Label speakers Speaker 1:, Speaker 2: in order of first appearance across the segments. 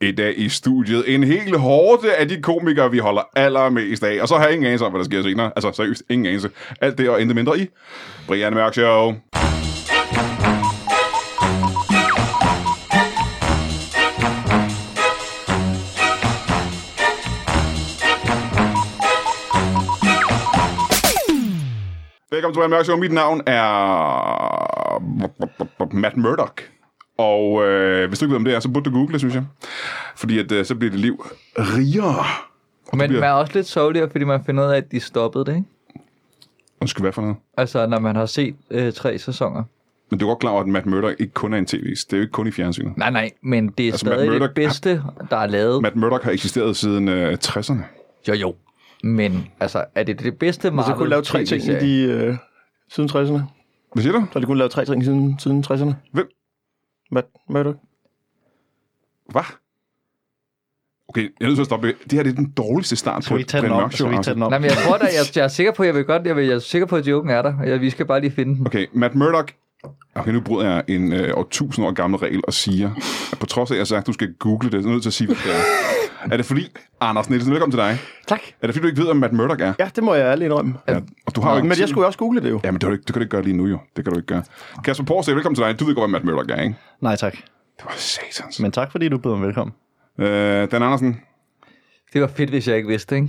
Speaker 1: I dag i studiet en hel hårde af de komikere, vi holder allermest af. Og så har jeg ingen anelse om, hvad der sker senere. Altså seriøst, ingen anelse. Alt det og intet mindre i Brian Mørk Show. Velkommen til Brian Mørk Show. Mit navn er... Matt Murdock. Og øh, hvis du ikke ved, om det er, så burde du google det, synes jeg. Fordi at, øh, så bliver dit liv rigere. Og
Speaker 2: Men
Speaker 1: du
Speaker 2: man
Speaker 1: bliver...
Speaker 2: er også lidt sørgeligere, fordi man finder ud af, at de stoppede det, ikke?
Speaker 1: Undskyld, hvad for noget?
Speaker 2: Altså, når man har set øh, tre sæsoner.
Speaker 1: Men du er godt klar over, at Matt Murdock ikke kun er en tv Det er jo ikke kun i fjernsynet.
Speaker 2: Nej, nej, men det er
Speaker 1: Altså,
Speaker 2: altså,
Speaker 1: Matt
Speaker 2: stadig
Speaker 1: Murdock-
Speaker 2: det bedste, der er lavet.
Speaker 1: Matt Murdock har eksisteret siden øh, 60'erne.
Speaker 2: Jo, jo. Men altså, er det det bedste
Speaker 3: Og
Speaker 2: Marvel?
Speaker 3: så kunne lave tre ting i de, øh, siden 60'erne.
Speaker 1: Hvad siger du?
Speaker 3: Så har de kun lavet tre ting siden, siden 60'erne.
Speaker 1: Hvem?
Speaker 3: Matt Murdock.
Speaker 1: Hvad? Okay, jeg er nødt til at stoppe. Det her det er den dårligste start
Speaker 4: Skal
Speaker 1: på
Speaker 4: vi
Speaker 1: et
Speaker 4: tage den
Speaker 1: Brian
Speaker 4: op?
Speaker 1: Mørk Show.
Speaker 4: Skal vi tage den op?
Speaker 2: Nej, men jeg tror da, jeg, jeg er sikker på, jeg vil godt, jeg, vil, jeg er sikker på, at joken er der. Jeg, vi skal bare lige finde den.
Speaker 1: Okay, Matt Murdock. Okay, nu bryder jeg en øh, år tusind år gammel regel og siger, at på trods af, at jeg har sagt, at du skal google det, så er jeg nødt til at sige, hvad det er. er det fordi, Anders Nielsen, velkommen til dig.
Speaker 3: Tak.
Speaker 1: Er det fordi, du ikke ved, hvad Matt Murdock er?
Speaker 3: Ja, det må jeg ærligt indrømme.
Speaker 1: ja. Og du har jo ikke
Speaker 3: Men jeg
Speaker 1: tid.
Speaker 3: skulle jo også google det jo.
Speaker 1: Ja, men det, var ikke, det kan du ikke gøre lige nu, jo. Det kan du ikke gøre. Kasper Porsche, velkommen til dig. Du ved godt, hvad Matt Murdock er, ikke?
Speaker 4: Nej, tak.
Speaker 1: Det var satans.
Speaker 4: Men tak, fordi du bød mig velkommen.
Speaker 1: Øh, Dan Andersen,
Speaker 2: Det var fedt, hvis jeg ikke vidste, ikke?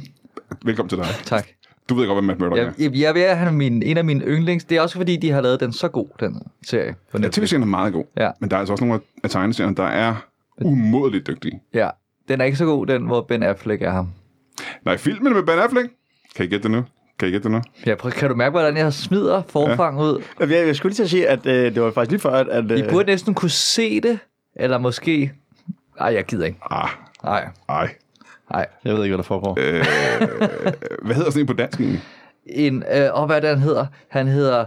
Speaker 1: velkommen til dig.
Speaker 2: Tak.
Speaker 1: Du ved godt, hvad Matt Murdock er.
Speaker 2: Jeg, jeg, jeg vil have min, en af mine yndlings. Det er også fordi, de har lavet den så god, den serie. På
Speaker 1: Ja,
Speaker 2: Netflix.
Speaker 1: tv-serien er meget god,
Speaker 2: Ja.
Speaker 1: men der er altså også nogle af tegneserierne, der er umådeligt dygtige.
Speaker 2: ja. Den er ikke så god, den, hvor Ben Affleck er ham.
Speaker 1: Nej, filmen med Ben Affleck. Kan I gætte det nu? Kan I gætte det nu?
Speaker 2: Ja, prøv, kan du mærke, hvordan jeg smider forfang ud?
Speaker 3: Jeg, jeg skulle lige til at sige, at øh, det var faktisk lige før, at... øh, at
Speaker 2: I Øh. burde næsten kunne se det, eller måske... Ej, jeg gider ikke.
Speaker 1: Ah,
Speaker 2: Ej,
Speaker 1: ej.
Speaker 2: ej.
Speaker 4: Jeg ved ikke, hvad der foregår. Øh.
Speaker 1: Hvad hedder sådan en på dansk egentlig?
Speaker 2: En, øh, og hvad er det, han hedder? Han hedder...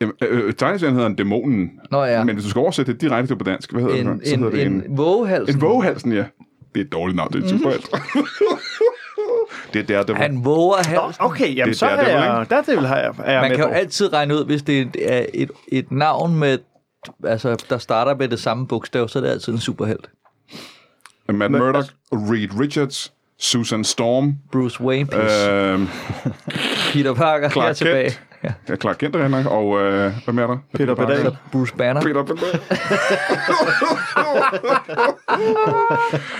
Speaker 1: Jamen, øh, øh, tegneserien hedder en dæmonen.
Speaker 2: Nå ja.
Speaker 1: Men hvis du skal oversætte det direkte på dansk, hvad hedder
Speaker 2: En,
Speaker 1: det? Så hedder
Speaker 2: en,
Speaker 1: det en,
Speaker 2: en, vågehals.
Speaker 1: en vågehalsen, ja. Det er et dårligt navn, det er super Det er der, der
Speaker 2: Mm. Han våger hals.
Speaker 3: Okay, jamen
Speaker 1: Det er
Speaker 3: så har
Speaker 1: Daredevil,
Speaker 3: jeg... Daredevil har jeg, er jeg
Speaker 2: Man
Speaker 3: med
Speaker 2: kan jo
Speaker 3: på.
Speaker 2: altid regne ud, hvis det er et, et navn med... Altså, der starter med det samme bogstav, så er det altid en superhelt.
Speaker 1: Matt Murdock, Reed Richards, Susan Storm,
Speaker 2: Bruce Wayne, øh,
Speaker 1: øh,
Speaker 2: Peter Parker, Clark her
Speaker 1: Clark
Speaker 2: tilbage.
Speaker 1: Kent. Ja, Clark Kent er her nok, og øh, hvem er der?
Speaker 3: Peter
Speaker 1: Parker.
Speaker 3: Pedal.
Speaker 2: Bruce Banner.
Speaker 1: Peter Pedal.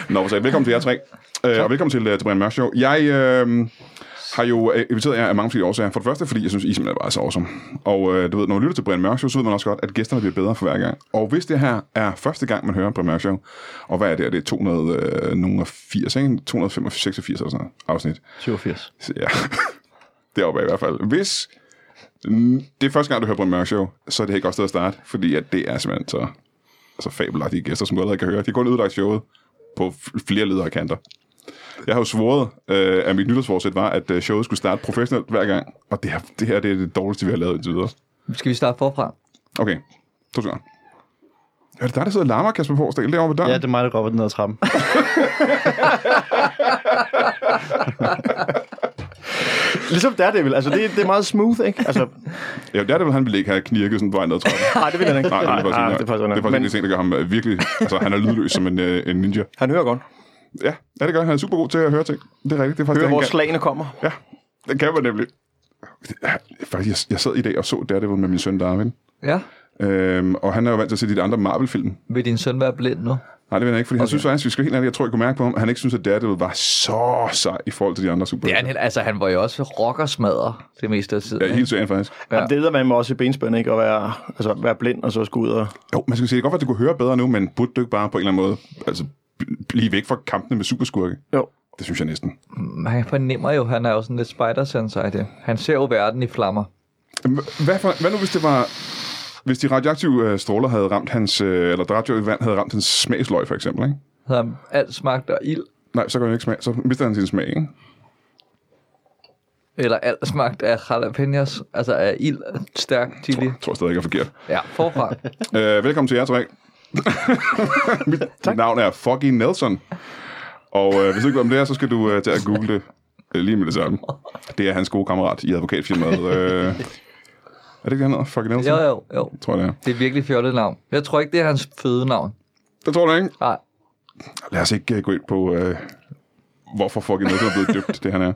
Speaker 1: Nå, så velkommen til jer tre. Øh, og velkommen til, øh, til Brian Mørk Show. Jeg øh, har jo øh, inviteret jer af mange forskellige årsager. For det første, fordi jeg synes, I simpelthen er bare så awesome. Og øh, du ved, når man lytter til Brian Mørk Show, så ved man også godt, at gæsterne bliver bedre for hver gang. Og hvis det her er første gang, man hører Brian Mørk Show, og hvad er det? Er øh, det 280, ikke? 285 eller sådan noget afsnit?
Speaker 4: 87.
Speaker 1: Så Ja, deroppe af i hvert fald. Hvis mm, det er første gang, du hører på en mørk show, så er det her et godt sted at starte, fordi at det er simpelthen så, så fabelagtige gæster, som du allerede kan høre. De har kun ødelagt showet på f- flere ledere og kanter. Jeg har jo svoret, øh, at mit nytårsforsæt var, at øh, showet skulle starte professionelt hver gang, og det her, det her det er det dårligste, vi har lavet indtil videre.
Speaker 2: Skal vi starte forfra?
Speaker 1: Okay, to sekunder. Er det dig, der sidder og larmer, Kasper Forsdal, derovre ved døren?
Speaker 4: Ja, det er mig, der går op ad den her trappe.
Speaker 3: Ligesom Daredevil. Altså, det, det er meget smooth, ikke? Altså,
Speaker 1: Ja, det er det, vel, han ville ikke have knirket sådan på vej ned ad trappen.
Speaker 3: nej, det vil han ikke.
Speaker 1: Nej, nej, det er faktisk,
Speaker 3: Ah,
Speaker 1: nej,
Speaker 3: det er faktisk,
Speaker 1: det er faktisk en af de ting, der gør ham øh, virkelig... Altså, han er lydløs som en, øh, en ninja.
Speaker 3: Men han hører godt.
Speaker 1: Ja, ja, det gør han. Han er super god til at høre ting. Det er rigtigt. Det er faktisk
Speaker 3: Hører, hvor
Speaker 1: det, han
Speaker 3: slagene kommer.
Speaker 1: kan. Ja, det kan man nemlig. Ja, Faktisk, jeg, jeg sad i dag og så Daredevil med min søn Darwin.
Speaker 2: Ja.
Speaker 1: Øhm, og han er jo vant til at se de andre Marvel-film.
Speaker 2: Vil din søn være blind nu?
Speaker 1: Nej, det ved jeg ikke, fordi okay. han synes faktisk, vi skal helt ærligt, jeg tror, jeg kunne mærke på ham, at han ikke synes, at Daredevil var så sej i forhold til de andre super.
Speaker 2: Det er han, helt- altså, han var jo også rockersmadder det meste af tiden.
Speaker 1: Ja, hele serien faktisk.
Speaker 3: Ja. Jamen, det hedder man også i benspænd, ikke? At være, altså, være blind og så skulle ud og...
Speaker 1: Jo, man skal sige, det kan godt være, at du kunne høre bedre nu, men burde du ikke bare på en eller anden måde altså, bl- blive væk fra kampene med superskurke?
Speaker 3: Jo.
Speaker 1: Det synes jeg næsten.
Speaker 2: Men Han fornemmer jo, han er jo sådan lidt spider i det. Han ser jo verden i flammer.
Speaker 1: Øhm, Hva- Hvad, for, hvad nu, hvis det var... Hvis de radioaktive øh, stråler havde ramt hans... Øh, eller det radioaktive vand havde ramt hans smagsløg, for eksempel, ikke?
Speaker 2: Så han alt smagte af ild,
Speaker 1: Nej, så kan han ikke smage. Så mister han sin smag, ikke?
Speaker 2: eller alt smagte af jalapenos, altså af ild, stærk chili.
Speaker 1: Jeg tror stadig ikke, er forkert.
Speaker 2: Ja, forfra.
Speaker 1: Øh, velkommen til jer tre. Mit tak. navn er fucking Nelson. Og øh, hvis du ikke ved, om det er, så skal du øh, til at google det øh, lige med det samme. Det er hans gode kammerat i advokatfirmaet. Øh, er det ikke det, han hedder? Fucking Nelson?
Speaker 2: Jo, jo, jo.
Speaker 1: Tror jeg, det er.
Speaker 2: Det er virkelig fjollet navn. Jeg tror ikke, det er hans fødenavn.
Speaker 1: Det tror du ikke?
Speaker 2: Nej.
Speaker 1: lad os ikke øh, gå ind på, øh, hvorfor fucking noget er blevet døbt, det han er.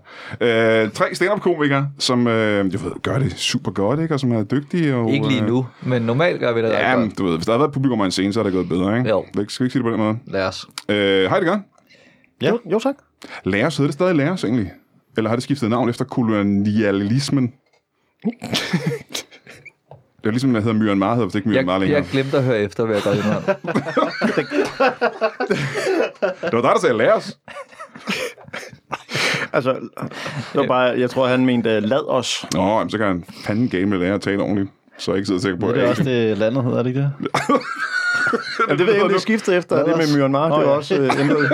Speaker 1: Øh, tre stand-up-komikere, som øh, jeg ved, gør det super godt, ikke? og som er dygtige. Og,
Speaker 2: Ikke lige
Speaker 1: øh,
Speaker 2: nu, men normalt gør vi det
Speaker 1: Ja,
Speaker 2: ret
Speaker 1: men,
Speaker 2: godt.
Speaker 1: du ved, hvis der havde været publikum og en scene, så er det gået bedre, ikke?
Speaker 2: Jo.
Speaker 1: Skal vi ikke sige det på den måde?
Speaker 2: Lad os.
Speaker 1: Øh, hej, det gør.
Speaker 4: Ja.
Speaker 3: Jo, jo tak.
Speaker 1: Læres, hedder det stadig Læres egentlig? Eller har det skiftet navn efter kolonialismen? det er ligesom, der hedder Myanmar, hedder vist ikke
Speaker 2: Jeg,
Speaker 1: Myanmar længere.
Speaker 2: jeg glemte at høre efter, hvad jeg godt indrømme.
Speaker 1: Det var dig, der sagde Læres.
Speaker 3: Altså, det var bare, jeg tror, han mente, øh, lad os.
Speaker 1: Nå, jamen, så kan han fanden game med lære at tale ordentligt. Så jeg ikke sidder sikker på,
Speaker 4: Det
Speaker 1: at
Speaker 4: er også det landet hedder, er det ikke det?
Speaker 3: Jamen, det ved jeg, ikke, det skiftede efter
Speaker 4: Lad
Speaker 3: det
Speaker 4: os.
Speaker 3: med Myanmar.
Speaker 4: Nå,
Speaker 3: Det var
Speaker 4: ja.
Speaker 3: også øh, ændret.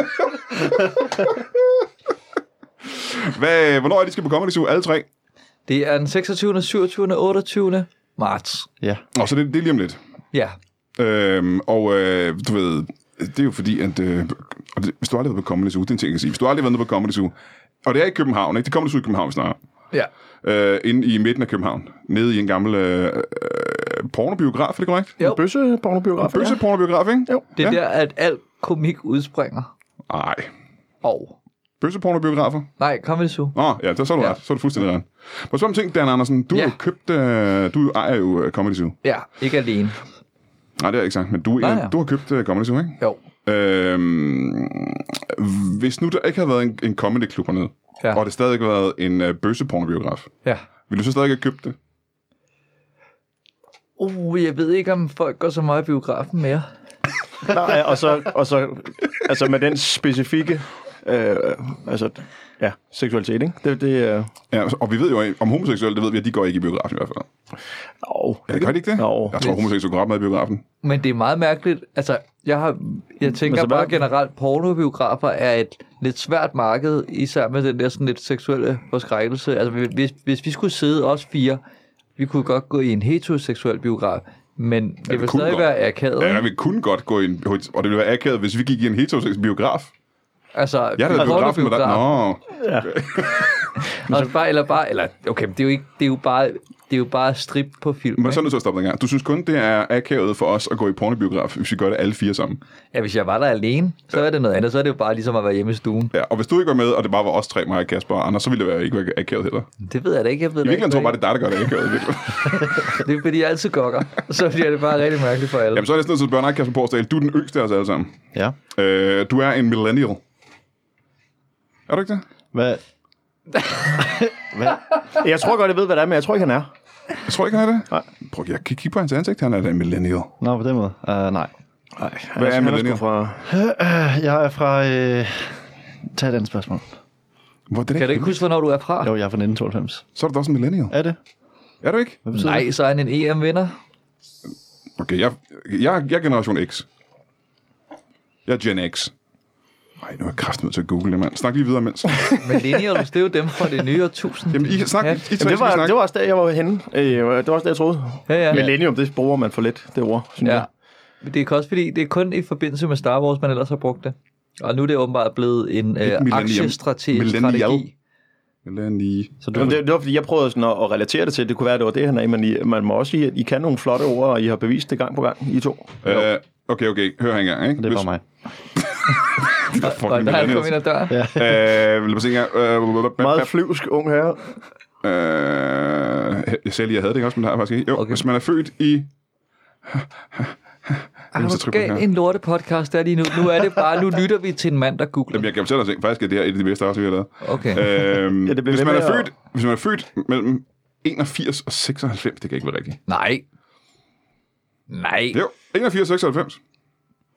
Speaker 1: Hvad, hvornår er de skal på Comedy Zoo? Alle tre?
Speaker 2: Det er den 26., 27., 28. marts.
Speaker 4: Ja.
Speaker 1: Og så det, det er lige om lidt.
Speaker 2: Ja,
Speaker 1: Øhm, og øh, du ved, det er jo fordi, at øh, og det, hvis du aldrig har været på Comedy Zoo, det er en ting, jeg kan sige. Hvis du aldrig har været nede på Comedy Zoo, og det er i København, ikke? Det kommer Zoo i København snart.
Speaker 2: ja.
Speaker 1: Øh, inde i midten af København. Nede i en gammel øh, øh, pornobiograf, er det korrekt?
Speaker 2: Jo.
Speaker 3: Bøsse pornobiograf.
Speaker 1: Bøsse pornobiograf, ikke?
Speaker 3: Jo.
Speaker 2: Det er
Speaker 1: ja.
Speaker 2: ja. der, at al komik udspringer.
Speaker 1: Nej.
Speaker 2: Og...
Speaker 1: Bøsse pornobiografer?
Speaker 2: Nej, kom med det
Speaker 1: Nå, ja, der så er du
Speaker 2: Ja.
Speaker 1: ret. Så er du fuldstændig ret. Men så om ting, Dan Andersen. Du har
Speaker 2: Ja.
Speaker 1: jo købt, øh, du ejer jo øh, Comedy Zoo.
Speaker 2: Ja, ikke alene.
Speaker 1: Nej, det er ikke sagt, men du,
Speaker 2: Nej,
Speaker 1: Nej,
Speaker 2: ja.
Speaker 1: du har købt uh, Comedy Zoo, ikke?
Speaker 2: Jo.
Speaker 1: Øhm, hvis nu der ikke havde været en, en comedy-klub hernede,
Speaker 2: Ja.
Speaker 1: og det stadig havde været en uh, bøssepornobiograf,
Speaker 2: Ja.
Speaker 1: ville du så stadig have købt det?
Speaker 2: Uh, jeg ved ikke, om folk går så meget i biografen mere.
Speaker 3: Nej, og så, og så altså med den specifikke øh, altså, ja, seksualitet, ikke? Det, det, øh,
Speaker 1: Ja, og vi ved jo, om homoseksuelle, det ved vi, at de går ikke i biografen i hvert fald.
Speaker 3: oh,
Speaker 1: Ja, gør de ikke det?
Speaker 3: Jo.
Speaker 1: Jeg tror, homoseksuelle går ret meget i biografen.
Speaker 2: Men det er meget mærkeligt. Altså, jeg, har, jeg tænker
Speaker 3: Altså,
Speaker 2: altså,
Speaker 3: hvad-
Speaker 2: bare generelt, pornobiografer er et lidt svært marked, især med den der sådan lidt seksuelle forskrækkelse. Altså, hvis, hvis vi skulle sidde os fire, vi kunne godt gå i en heteroseksuel biograf, men det vil
Speaker 1: kunne
Speaker 2: stadig
Speaker 1: godt.
Speaker 2: være akavet.
Speaker 1: Ja,
Speaker 2: Ja,
Speaker 1: vi kunne godt gå i en, og det ville være akavet, hvis vi gik i en heteroseksuel biograf.
Speaker 2: altså,
Speaker 1: Jeg havde været i biografen med dig.
Speaker 2: pornobiograf.
Speaker 1: Nå,
Speaker 2: Og bare, eller bare, eller, okay, men det er jo, ikke, det er jo bare, det er jo bare strip på film.
Speaker 1: men så er
Speaker 2: ikke?
Speaker 1: jeg nødt til at stoppe den gang. Du synes kun, det er akavet for os at gå i pornobiograf, hvis vi gør det alle fire sammen.
Speaker 2: Ja, hvis jeg var der alene, så er det noget andet. Så er det jo bare ligesom at være hjemme i stuen.
Speaker 1: Ja, og hvis du ikke var med, og det bare var os tre, mig, Kasper og Anders, så ville det være, ikke være akavet heller.
Speaker 2: Det ved jeg da ikke. Jeg ved
Speaker 1: I
Speaker 2: da ikke,
Speaker 1: virkeligheden tror jeg bare,
Speaker 2: hvad
Speaker 1: det er dig, der gør det akavet. i virkeligheden.
Speaker 2: det, det er fordi, jeg altid gokker. Så bliver det bare rigtig mærkeligt for alle.
Speaker 1: Jamen, så er det sådan noget, så spørger nej, Kasper Porsdal, du er den yngste af os alle sammen.
Speaker 4: Ja.
Speaker 1: Øh, du er en millennial. Er du ikke det?
Speaker 4: Hvad? Hvad?
Speaker 3: jeg tror godt, jeg ved, hvad det er, men jeg tror ikke, han er.
Speaker 1: Jeg tror ikke, han er det.
Speaker 3: Nej.
Speaker 1: Prøv, jeg kan kigge på hans ansigt, han er da en millennial.
Speaker 4: Nå, på den måde. Uh, nej.
Speaker 1: Hvad er
Speaker 3: han sgu
Speaker 1: millennial?
Speaker 3: Fra,
Speaker 4: Jeg er fra... Øh... Tag et andet spørgsmål.
Speaker 1: Hvor er det
Speaker 2: Kan
Speaker 1: kan
Speaker 2: du ikke huske, hvornår du er fra?
Speaker 4: Jo, jeg er fra 1992.
Speaker 1: Så er du da også en millennial.
Speaker 4: Er det?
Speaker 1: Er du ikke?
Speaker 4: Hvad betyder
Speaker 2: Nej, så er han en E EM-vinder.
Speaker 1: Okay, jeg, jeg, jeg er generation X. Jeg er Gen X. Nej, nu er jeg kraften til at google det, mand. Snak lige videre, mens.
Speaker 2: Millennials, det er jo dem fra det nye årtusind.
Speaker 1: Jamen, I, snak, I
Speaker 2: Ja.
Speaker 1: tre
Speaker 3: Jamen,
Speaker 1: skal
Speaker 3: det, var,
Speaker 1: snakke.
Speaker 3: det var også der, jeg var henne. Øh, det var også der, jeg troede.
Speaker 2: Ja, ja.
Speaker 3: Millennium, det bruger man for lidt, det ord, synes
Speaker 2: ja.
Speaker 3: jeg.
Speaker 2: Men det er også fordi, det er kun i forbindelse med Star Wars, man ellers har brugt det. Og nu er det åbenbart blevet en øh,
Speaker 1: millennium.
Speaker 2: aktiestrategi.
Speaker 1: Millennial.
Speaker 2: strategi.
Speaker 1: Millennial.
Speaker 4: Så du,
Speaker 3: Jamen, det, det var, fordi jeg prøvede sådan at, at relatere det til. Det kunne være, det var det, han er. Men I, man må også sige, at I kan nogle flotte ord, og I har bevist det gang på gang, I to.
Speaker 1: Øh, okay, okay. Hør her engang, ikke?
Speaker 4: det er bare mig.
Speaker 1: Hvis-
Speaker 2: Og
Speaker 1: Fucking
Speaker 2: der er han kommet
Speaker 1: millennials.
Speaker 2: ind ad døren. Ja.
Speaker 1: Øh, lad mig se engang. Øh,
Speaker 3: Meget flyvsk ung herre.
Speaker 1: Øh, jeg sagde lige, jeg havde det ikke også, men det har jeg faktisk ikke. Jo, okay.
Speaker 2: Okay.
Speaker 1: hvis man er født i... Jamen, så
Speaker 2: Er du
Speaker 1: tryk på den her.
Speaker 2: gal en lorte podcast der lige nu? Nu er det bare, nu lytter vi til en mand, der googler.
Speaker 1: Jamen, jeg kan fortælle dig, at faktisk er det her et af de bedste afsnit, vi har lavet.
Speaker 2: Okay.
Speaker 1: Øhm,
Speaker 3: Ja, det bliver
Speaker 1: hvis,
Speaker 3: ved
Speaker 1: man er
Speaker 3: med at-
Speaker 1: født, hvis man er født mellem 81 og 96, det kan ikke være rigtigt.
Speaker 2: Nej. Nej.
Speaker 1: Jo, 81 og 96.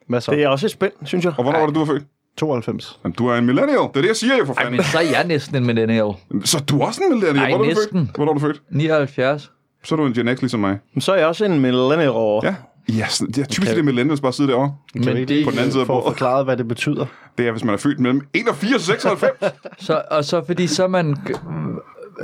Speaker 4: Hvad så?
Speaker 3: Det er også et spænd, synes jeg.
Speaker 1: Og hvornår var det, du var født?
Speaker 4: 92.
Speaker 1: Jamen, du er en millennial. Det er det, jeg siger jo for
Speaker 2: Ej,
Speaker 1: fanden.
Speaker 2: men så er jeg næsten en millennial.
Speaker 1: Så du er også en millennial.
Speaker 2: Ej,
Speaker 1: hvornår, er du født?
Speaker 2: næsten.
Speaker 1: hvornår er du født?
Speaker 2: 79.
Speaker 1: Så er du en Gen X ligesom mig.
Speaker 3: Men så er jeg også en millennial over.
Speaker 1: Ja. Ja, yes, det er typisk det er millennials bare sidde derovre.
Speaker 4: Kan vi
Speaker 2: Men
Speaker 4: ikke
Speaker 2: det,
Speaker 4: lige
Speaker 1: På den anden side af
Speaker 4: få
Speaker 1: bordet.
Speaker 4: forklaret, hvad det betyder?
Speaker 1: Det er, hvis man er født mellem 81 og 96.
Speaker 2: så, og så fordi så er man,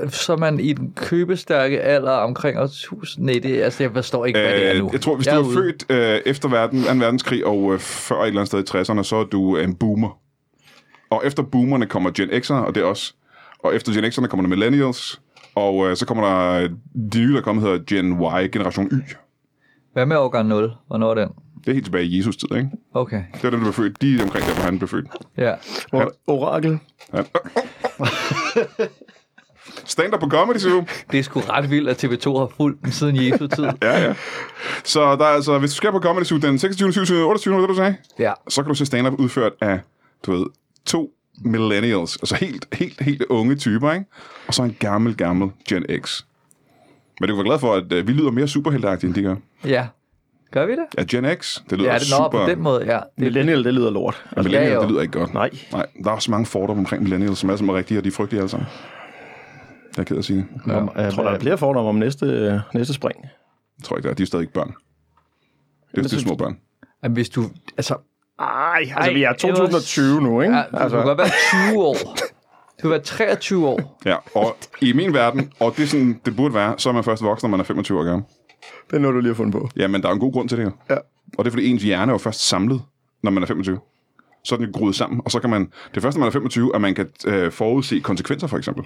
Speaker 2: så er man i den købestærke alder omkring år 1000. Nej, det, altså, jeg forstår ikke, hvad det er nu.
Speaker 1: Øh, jeg tror, hvis
Speaker 2: jeg
Speaker 1: du
Speaker 2: er
Speaker 1: er
Speaker 2: ude.
Speaker 1: født øh, efter verden, 2. verdenskrig og øh, før et eller andet sted i 60'erne, så er du øh, en boomer. Og efter boomerne kommer Gen X'er, og det er os. Og efter Gen X'erne kommer der millennials, og øh, så kommer der øh, de nye, der kommer, hedder Gen Y, generation Y.
Speaker 2: Hvad med årgang 0? Hvornår er den?
Speaker 1: Det er helt tilbage i Jesus tid, ikke?
Speaker 2: Okay,
Speaker 1: Det var dem, der blev født. De er omkring der, hvor han blev født.
Speaker 2: ja.
Speaker 3: Or- Orakel.
Speaker 1: Han... Stand-up på Comedy Zoo.
Speaker 2: Det er sgu ret vildt, at TV2 har fulgt dem siden Jesu tid.
Speaker 1: Ja, ja. Så der er altså, hvis du skal på Comedy Zoo den 26., 27., 28., hvad du sagde,
Speaker 2: Ja,
Speaker 1: så kan du se stand-up udført af, du ved, to millennials, altså helt, helt, helt unge typer, ikke? Og så en gammel, gammel Gen X. Men du kan være glad for, at øh, vi lyder mere superheltagtige, end de gør.
Speaker 2: ja. Gør vi det?
Speaker 1: Ja, Gen X, det lyder
Speaker 2: Ja, det når
Speaker 1: super...
Speaker 2: på den måde, ja. Det,
Speaker 3: Millennial, det lyder lort.
Speaker 1: Ja,
Speaker 3: Altså,
Speaker 1: millennial,
Speaker 2: Ja, jo.
Speaker 1: det lyder ikke godt.
Speaker 3: nej.
Speaker 1: Nej, der er også mange fordomme omkring millennials, som er som er rigtige, og de er frygtelige alle sammen. Jeg er ked af at sige det.
Speaker 4: Ja. Om, øh,
Speaker 3: Jeg tror, der er flere fordomme om næste, øh, næste spring.
Speaker 1: Jeg tror ikke, der er. De er stadig børn. Det er, det er små børn.
Speaker 2: jamen, hvis du, altså,
Speaker 3: Ej, altså vi er
Speaker 2: det var-
Speaker 3: 2020 nu, ikke?
Speaker 2: ja, du altså. kan godt være 20 år. Du kan være 23 år.
Speaker 1: Ja, og i min verden, og det er sådan, det burde være, så er man først voksen, når man er 25 år gammel.
Speaker 3: Det er noget, du lige har fundet på.
Speaker 1: Ja, men der er en god grund til det jo.
Speaker 3: Ja.
Speaker 1: Og det er, fordi ens hjerne er jo først samlet, når man er 25. Så er den groet sammen, og så kan man... Det er først, når man er 25, at man kan øh, forudse konsekvenser, for eksempel.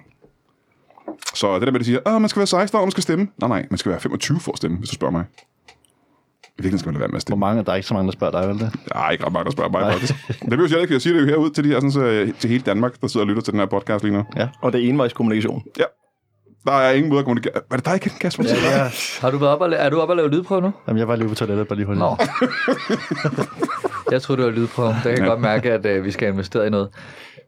Speaker 1: Så det der med, at de siger, at man skal være 16 år, man skal stemme. Nej, nej, man skal være 25 for at stemme, hvis du spørger mig. I virkeligheden skal man lade være med at stemme.
Speaker 4: Hvor mange, der er ikke så mange, der spørger dig, vel det?
Speaker 1: Der er ikke ret mange, der spørger mig, faktisk. Det bliver jo sjældent, ikke, for jeg siger det jo herud til, de her, sådan, så, øh, til hele Danmark, der sidder og lytter til den her podcast lige nu.
Speaker 3: Og det er envejskommunikation.
Speaker 1: Der er ingen måde at kommunikere. Var det dig, Kasper? Ja,
Speaker 4: Ja.
Speaker 2: Har du været op og, la- er du op og lave lydprøve nu?
Speaker 4: Jamen, jeg var lige på toilettet, bare lige holdt.
Speaker 2: Nå. Jeg troede, det var lydprøve. Der kan jeg godt mærke, at øh, vi skal investere i noget.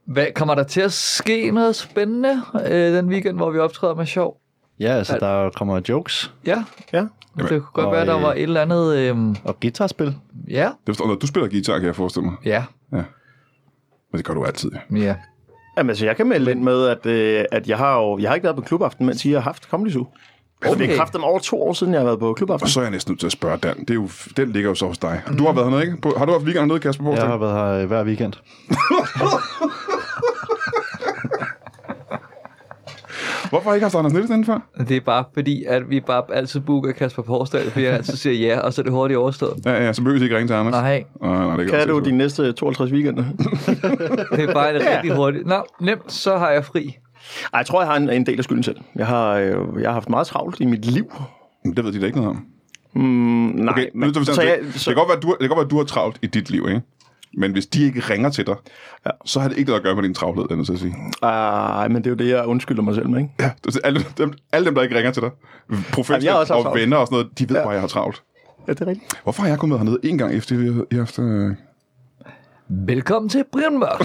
Speaker 2: Hvad, kommer der til at ske noget spændende øh, den weekend, hvor vi optræder med sjov?
Speaker 4: Ja, altså, der kommer jokes
Speaker 2: Ja,
Speaker 3: Ja.
Speaker 2: det kunne godt
Speaker 4: og,
Speaker 2: være, der
Speaker 4: øh,
Speaker 2: var et eller andet... Øh,
Speaker 4: og guitarspil.
Speaker 2: ja,
Speaker 1: Det forstår jeg. Du spiller guitar, kan jeg forestille mig.
Speaker 2: ja,
Speaker 1: Men det gør du altid. ja.
Speaker 2: ja.
Speaker 3: Jamen, altså, jeg kan melde ind med, at, øh, at jeg har jo, jeg har ikke været på klubaften, mens I har haft Comedy Zoo. Altså, Okay. Det
Speaker 2: Okay.
Speaker 3: er kraften over to år siden, jeg har været på klubaften.
Speaker 1: Og så er jeg næsten nødt til at spørge Dan. Det er jo, den ligger jo så hos dig. Du
Speaker 3: Mm.
Speaker 1: har været hernede, ikke? På, har du haft weekend hernede, Kasper? På,
Speaker 4: Jeg har været her øh, hver weekend.
Speaker 1: Hvorfor har I ikke haft Anders Nielsen inden før?
Speaker 2: Det er bare fordi, at vi bare altid booker Kasper Porsdal, fordi jeg altid siger ja, og så er det hurtigt overstået.
Speaker 1: Ja, ja, så behøver I ikke ringe til Anders.
Speaker 2: Nej,
Speaker 1: Nej, nej, det
Speaker 3: Kan
Speaker 1: også
Speaker 3: du
Speaker 1: lidt
Speaker 3: de næste 52 weekender?
Speaker 2: det er bare en rigtig hurtigt. Nå, nemt, så har jeg fri.
Speaker 3: Ej, jeg tror, jeg har en, en del af skylden selv. Jeg har, øh, jeg har haft meget travlt i mit liv.
Speaker 1: sjovt. Det ved de da ikke noget om.
Speaker 3: Mm, nej,
Speaker 1: Okay, men, men,
Speaker 3: så
Speaker 1: så
Speaker 3: jeg,
Speaker 1: det,
Speaker 3: så,
Speaker 1: kan godt være, at du, det kan godt være, at du har travlt i dit liv, ikke? Men hvis de ikke ringer til dig, ja. så har det ikke noget at gøre med din travlhed, er jeg nødt til at sige.
Speaker 3: ej, men det er jo det, jeg undskylder mig selv med, ikke?
Speaker 1: Ja, det er alle dem, alle dem, der ikke ringer til dig,
Speaker 3: jeg
Speaker 1: professionelle
Speaker 3: har også haft
Speaker 1: og
Speaker 3: travlt.
Speaker 1: venner og sådan noget, de ved ja. bare, at jeg har travlt.
Speaker 3: Ja, det er rigtigt.
Speaker 1: Hvorfor har jeg kommet hernede en gang efter, vi har- I har haft... øh,
Speaker 2: Velkommen til Brian Mørk.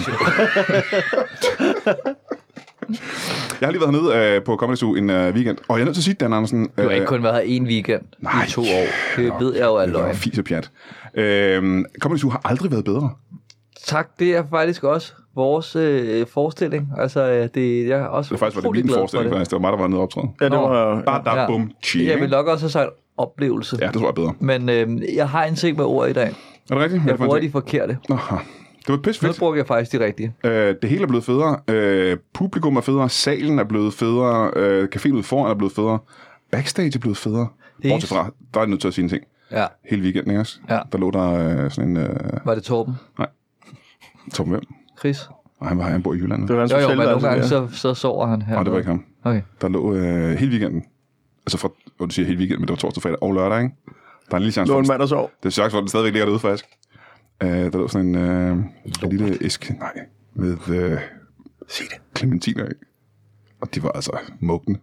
Speaker 1: Jeg har lige været hernede øh, på Comedy Zoo en øh, weekend, og jeg er nødt til at sige, Dan Andersen... Øh,
Speaker 2: Du har ikke kun været her en weekend
Speaker 1: nej.
Speaker 2: i to år. Det ved jeg jo er
Speaker 1: det var
Speaker 2: løgn.
Speaker 1: fis og pjat. Øh, Comedy Zoo har aldrig været bedre.
Speaker 2: Tak, det er faktisk også vores øh, forestilling. Altså, øh, det, jeg er også
Speaker 1: Det var faktisk var det
Speaker 2: utrolig
Speaker 1: min
Speaker 2: glad for
Speaker 1: forestilling, faktisk. Det var mig, der var nede og optræde.
Speaker 3: Ja, det
Speaker 2: Nå.
Speaker 3: var,
Speaker 1: Bare der
Speaker 2: Ja.
Speaker 1: ja. bum, chi,
Speaker 2: Jeg vil
Speaker 1: ikke?
Speaker 2: nok også have sagt oplevelse.
Speaker 1: Ja, det tror jeg er bedre.
Speaker 2: Men øh, jeg har en ting med ord i dag.
Speaker 1: Er det rigtigt? Hvad
Speaker 2: Jeg
Speaker 1: for en
Speaker 2: bruger
Speaker 1: ting?
Speaker 2: de forkerte.
Speaker 1: Nå, det var pisse
Speaker 2: Nu
Speaker 1: fedt.
Speaker 2: bruger jeg faktisk de rigtige.
Speaker 1: Øh, det hele er blevet federe. Øh, publikum er federe. Salen er blevet federe. Øh, caféen ude foran er blevet federe. Backstage er blevet federe.
Speaker 2: er
Speaker 1: Bortset fra, der er jeg nødt til at sige en ting.
Speaker 2: Ja,
Speaker 1: Hele weekenden, ikke også?
Speaker 2: Ja.
Speaker 1: Der lå der øh, sådan en... Øh,
Speaker 2: var det Torben?
Speaker 1: Torben Hvem?
Speaker 2: Chris?
Speaker 1: Nej, han, var, han bor i Jylland.
Speaker 3: det var hans
Speaker 2: Jo, jo, men nogle
Speaker 3: hotelværelse
Speaker 2: gange
Speaker 3: der.
Speaker 1: altså,
Speaker 2: så, så sover han her.
Speaker 1: Nej, det var ikke ham.
Speaker 2: Okay.
Speaker 1: Der lå øh, hele weekenden. Altså fra, og du siger hele weekenden, men det var torsdag, fredag og lørdag, ikke? Der er en lille chance
Speaker 3: Lå
Speaker 1: for,
Speaker 3: en
Speaker 1: den-
Speaker 3: mand og sov.
Speaker 1: det er chance for, at den stadigvæk ligger derude, faktisk. Øh, der lå sådan en, øh, en lille æske, nej, med øh,
Speaker 3: Sig det.
Speaker 1: clementiner, ikke? Og de var altså mugne.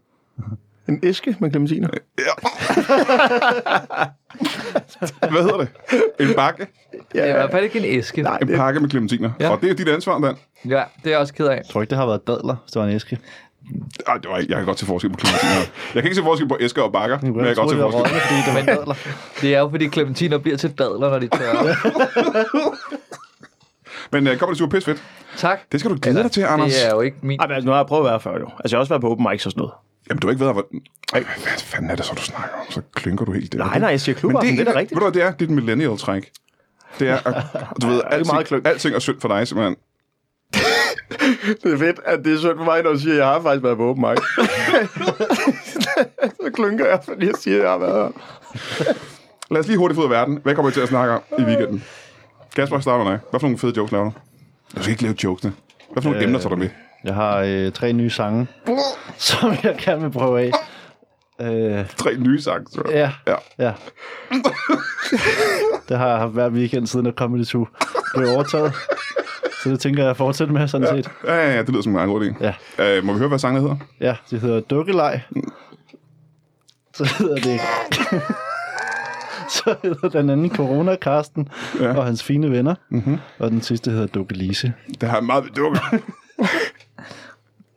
Speaker 3: En æske med clementiner.
Speaker 1: Ja. Hvad hedder det? En bakke?
Speaker 2: Det er i hvert fald ikke en æske.
Speaker 3: Nej,
Speaker 1: En
Speaker 3: det,
Speaker 1: pakke med clementiner.
Speaker 2: Ja.
Speaker 1: Ja. Og det er dit ansvar, Dan.
Speaker 2: Ja, det er jeg også ked af.
Speaker 4: Jeg tror ikke, det har været dadler, hvis det var en æske.
Speaker 1: Ej, det var ikke. Jeg kan godt se forskel på clementiner. Jeg kan ikke se forskel på æsker og bakker, men jeg kan godt se
Speaker 4: troede, det var
Speaker 1: forskel.
Speaker 4: rådne, fordi det var
Speaker 2: Men-
Speaker 4: dadler.
Speaker 2: Det er jo, fordi clementiner bliver til dadler, når de tørrer.
Speaker 1: Men øh, kom, det super pisse fedt.
Speaker 2: tak.
Speaker 1: Det skal du glæde dig til, Anders.
Speaker 2: Det er jo ikke min...
Speaker 3: Ej, men altså, nu har jeg prøvet at være før, jo. Altså, jeg har også været på open mics og sådan noget.
Speaker 1: Jamen, du har ikke været hvor... Ej, hvad fanden er det så, du snakker om? Så klynker du helt der.
Speaker 3: Nej, nej, jeg siger klubaften, det, det er da rigtigt.
Speaker 1: Ved du hvad, det er? Det er et millennial-træk. Det er, at, du ved, alting,
Speaker 3: meget
Speaker 1: meget
Speaker 3: klogt.
Speaker 1: alting er synd for dig, simpelthen.
Speaker 3: Det er fedt, at det er synd for mig, når du siger, at jeg har faktisk været på open mic. så klunker jeg, fordi jeg siger, at jeg har været her.
Speaker 1: Lad os lige hurtigt få ud af verden. Hvad kommer vi til at snakke om i weekenden? Kasper, jeg starter med dig. Hvad for nogle fede jokes laver du? Du skal ikke lave jokesene. Hvad for nogle øh... emner tager du med?
Speaker 4: Jeg har øh, tre nye sange, som jeg gerne vil prøve af. Øh,
Speaker 1: Tre nye sange, tror jeg.
Speaker 4: ja,
Speaker 1: Ja.
Speaker 4: ja. det har jeg haft hver weekend siden, at Comedy 2 blev overtaget. Så det tænker jeg at fortsætte med, sådan set.
Speaker 1: Ja, ja, ja, det lyder som en meget god idé.
Speaker 4: Ja.
Speaker 1: Øh, må vi høre, hvad sangen hedder?
Speaker 4: Ja, det hedder Dukkelej. Så hedder det... Så hedder den anden Corona Karsten ja. og hans fine venner. Mm-hmm. Og den sidste hedder Dukkelise.
Speaker 1: Det har meget med dukker.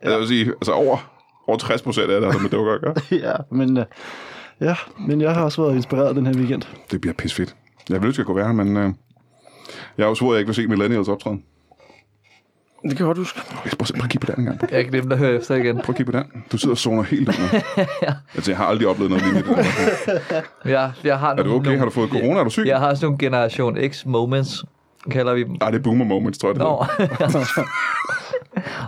Speaker 1: ja. Jeg vil sige, altså over, over 60 procent af det har med dukker at gøre.
Speaker 4: Ja, men... øh, Ja, men jeg har også været inspireret den her weekend.
Speaker 1: Det bliver pisfedt. Jeg ville ønske, jeg kunne være her, men øh, jeg har jo svoret, at jeg ikke vil se Millennials optræden.
Speaker 3: Det kan jeg godt huske.
Speaker 1: Okay, prøv, at se- prøv at kigge på den en gang. Prøv
Speaker 2: Jeg glemte at høre efter igen.
Speaker 1: at kigge på den. Du sidder og zoner helt under. Altså, jeg har aldrig oplevet noget lignende.
Speaker 2: Jeg, jeg har
Speaker 1: Er du okay? Har du fået corona? Er du syg?
Speaker 2: Jeg har sådan nogle Generation X moments, kalder vi dem.
Speaker 1: Nej, det er boomer moments, tror jeg, det
Speaker 2: Nå.
Speaker 1: hedder.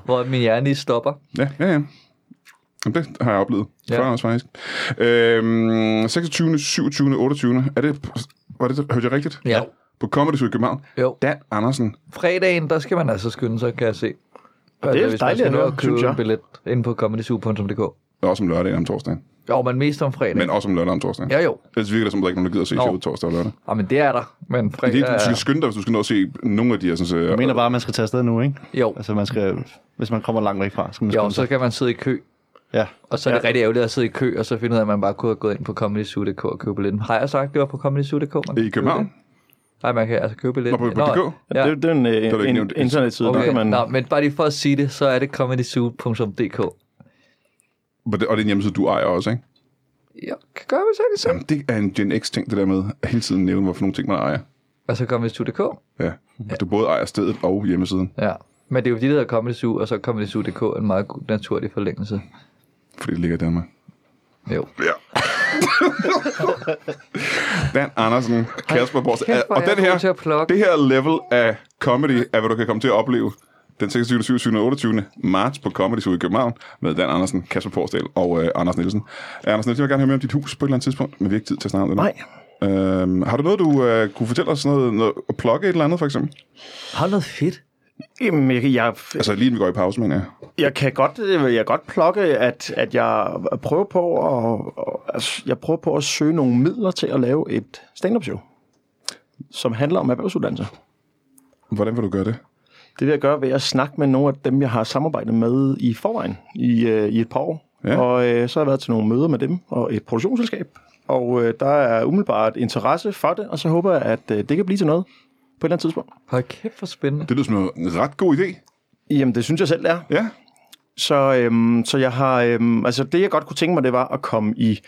Speaker 2: Hvor min hjerne lige stopper.
Speaker 1: Ja, ja, ja. Jamen, det har jeg oplevet.
Speaker 2: Ja.
Speaker 1: Ja. Før også, faktisk. Øhm, 26., 27., 28. Er det, var det, hørte jeg rigtigt?
Speaker 2: Ja.
Speaker 1: På Comedy Zoo i København.
Speaker 2: Jo.
Speaker 1: Dan Andersen.
Speaker 2: Fredagen, der skal man altså skynde sig, kan jeg se. Og
Speaker 3: det er dejligt at høre, synes
Speaker 2: købe
Speaker 3: jeg.
Speaker 2: en billet inde på comedyzoo.dk.
Speaker 1: Og Også om lørdagen og om torsdagen.
Speaker 2: Jo, men mest om fredagen.
Speaker 1: Men også om lørdag og om torsdagen.
Speaker 2: Ja, jo.
Speaker 1: Ellers virker det som, at der ikke er nogen, der gider at se
Speaker 2: Nå.
Speaker 1: showet torsdag og lørdag.
Speaker 2: Ja, men det er der. Men
Speaker 1: Det er
Speaker 2: fredag...
Speaker 1: ikke, du skal skynde dig, hvis du skal nå at se nogle af de her sådan, så,
Speaker 4: Jeg mener bare, at man skal tage afsted nu, ikke?
Speaker 2: Jo.
Speaker 4: Altså, man skal, hvis man kommer langt væk fra, skal man
Speaker 2: Jo,
Speaker 4: skynde
Speaker 2: så
Speaker 4: sig.
Speaker 2: kan man sidde i kø.
Speaker 4: Ja.
Speaker 2: Og så er det rigtig ærgerligt at sidde i kø, og så finde ud af, at man bare kunne have gået ind på comedyzoo.dk og købe billetten. Har jeg sagt, det var på comedyzoo.dk? man kan
Speaker 1: i
Speaker 2: købe
Speaker 1: København.
Speaker 2: det? Nej, man kan altså købe billetten.
Speaker 1: Nå, på- på DK?
Speaker 2: Ja.
Speaker 3: Ja. Det, det er en, øh,
Speaker 1: du ikke
Speaker 3: en,
Speaker 1: nævnt.
Speaker 3: en internetside, okay. der
Speaker 2: Okay.
Speaker 3: kan man...
Speaker 2: Nå, men bare lige for at sige det, så er det comedyzoo.dk.
Speaker 1: Og det, og det er en hjemmeside, du ejer også, ikke?
Speaker 2: Ja, kan gøre vi sagtens selv.
Speaker 1: Jamen, det er en Gen X-ting, det der med at hele tiden nævne, hvorfor nogle ting, man ejer.
Speaker 2: Og så comedyzoo.dk.
Speaker 1: Ja. At du både ejer stedet og hjemmesiden,
Speaker 2: Ja. Men det er jo fordi, det hedder Comedy Zoo, og så er Comedy Zoo.dk en meget god, naturlig forlængelse.
Speaker 1: fordi det ligger i Danmark.
Speaker 2: Jo.
Speaker 1: Ja. Dan Andersen, Kasper Bors.
Speaker 2: Kæft, hvor
Speaker 1: Øh, Og
Speaker 2: er
Speaker 1: den
Speaker 2: jeg
Speaker 1: her,
Speaker 2: god til at plukke.
Speaker 1: det her level af comedy, er hvad du kan komme til at opleve den 26., 27., 28. marts på Comedy Zoo i København med Dan Andersen, Kasper Porsdal og øh, Anders Nielsen. Øh, Anders Nielsen, jeg vil gerne høre mere om dit hus på et eller andet tidspunkt, men vi har ikke tid til at snakke om det nu.
Speaker 3: Nej.
Speaker 1: Øhm, har du noget, du øh, kunne fortælle os noget, noget at plukke et eller andet, for eksempel?
Speaker 2: Hold noget fedt.
Speaker 3: Jamen, jeg, jeg,
Speaker 1: Altså lige inden vi går i pause, mener jeg.
Speaker 3: jeg kan godt, øh, jeg kan godt plukke, at, at jeg prøver på at, at- jeg prøver på at søge nogle midler til at lave et stand-up show, som handler om erhvervsuddannelser.
Speaker 1: Hvordan vil du gøre det?
Speaker 3: Det vil jeg gøre ved at snakke med nogle af dem, jeg har samarbejdet med i forvejen i, øh, i et par år.
Speaker 1: Ja.
Speaker 3: Ja. Og øh, så har jeg været til nogle møder med dem og et produktionsselskab. Og øh, der er umiddelbart interesse for det, og så håber jeg, at øh, det kan blive til noget på et eller andet tidspunkt.
Speaker 2: Hold kæft, for spændende.
Speaker 1: Det lyder som en ret god idé.
Speaker 3: Jamen, det synes jeg selv det er.
Speaker 1: Ja.
Speaker 3: Så, øhm, så jeg har, øhm, altså det jeg godt kunne tænke mig, det var at komme i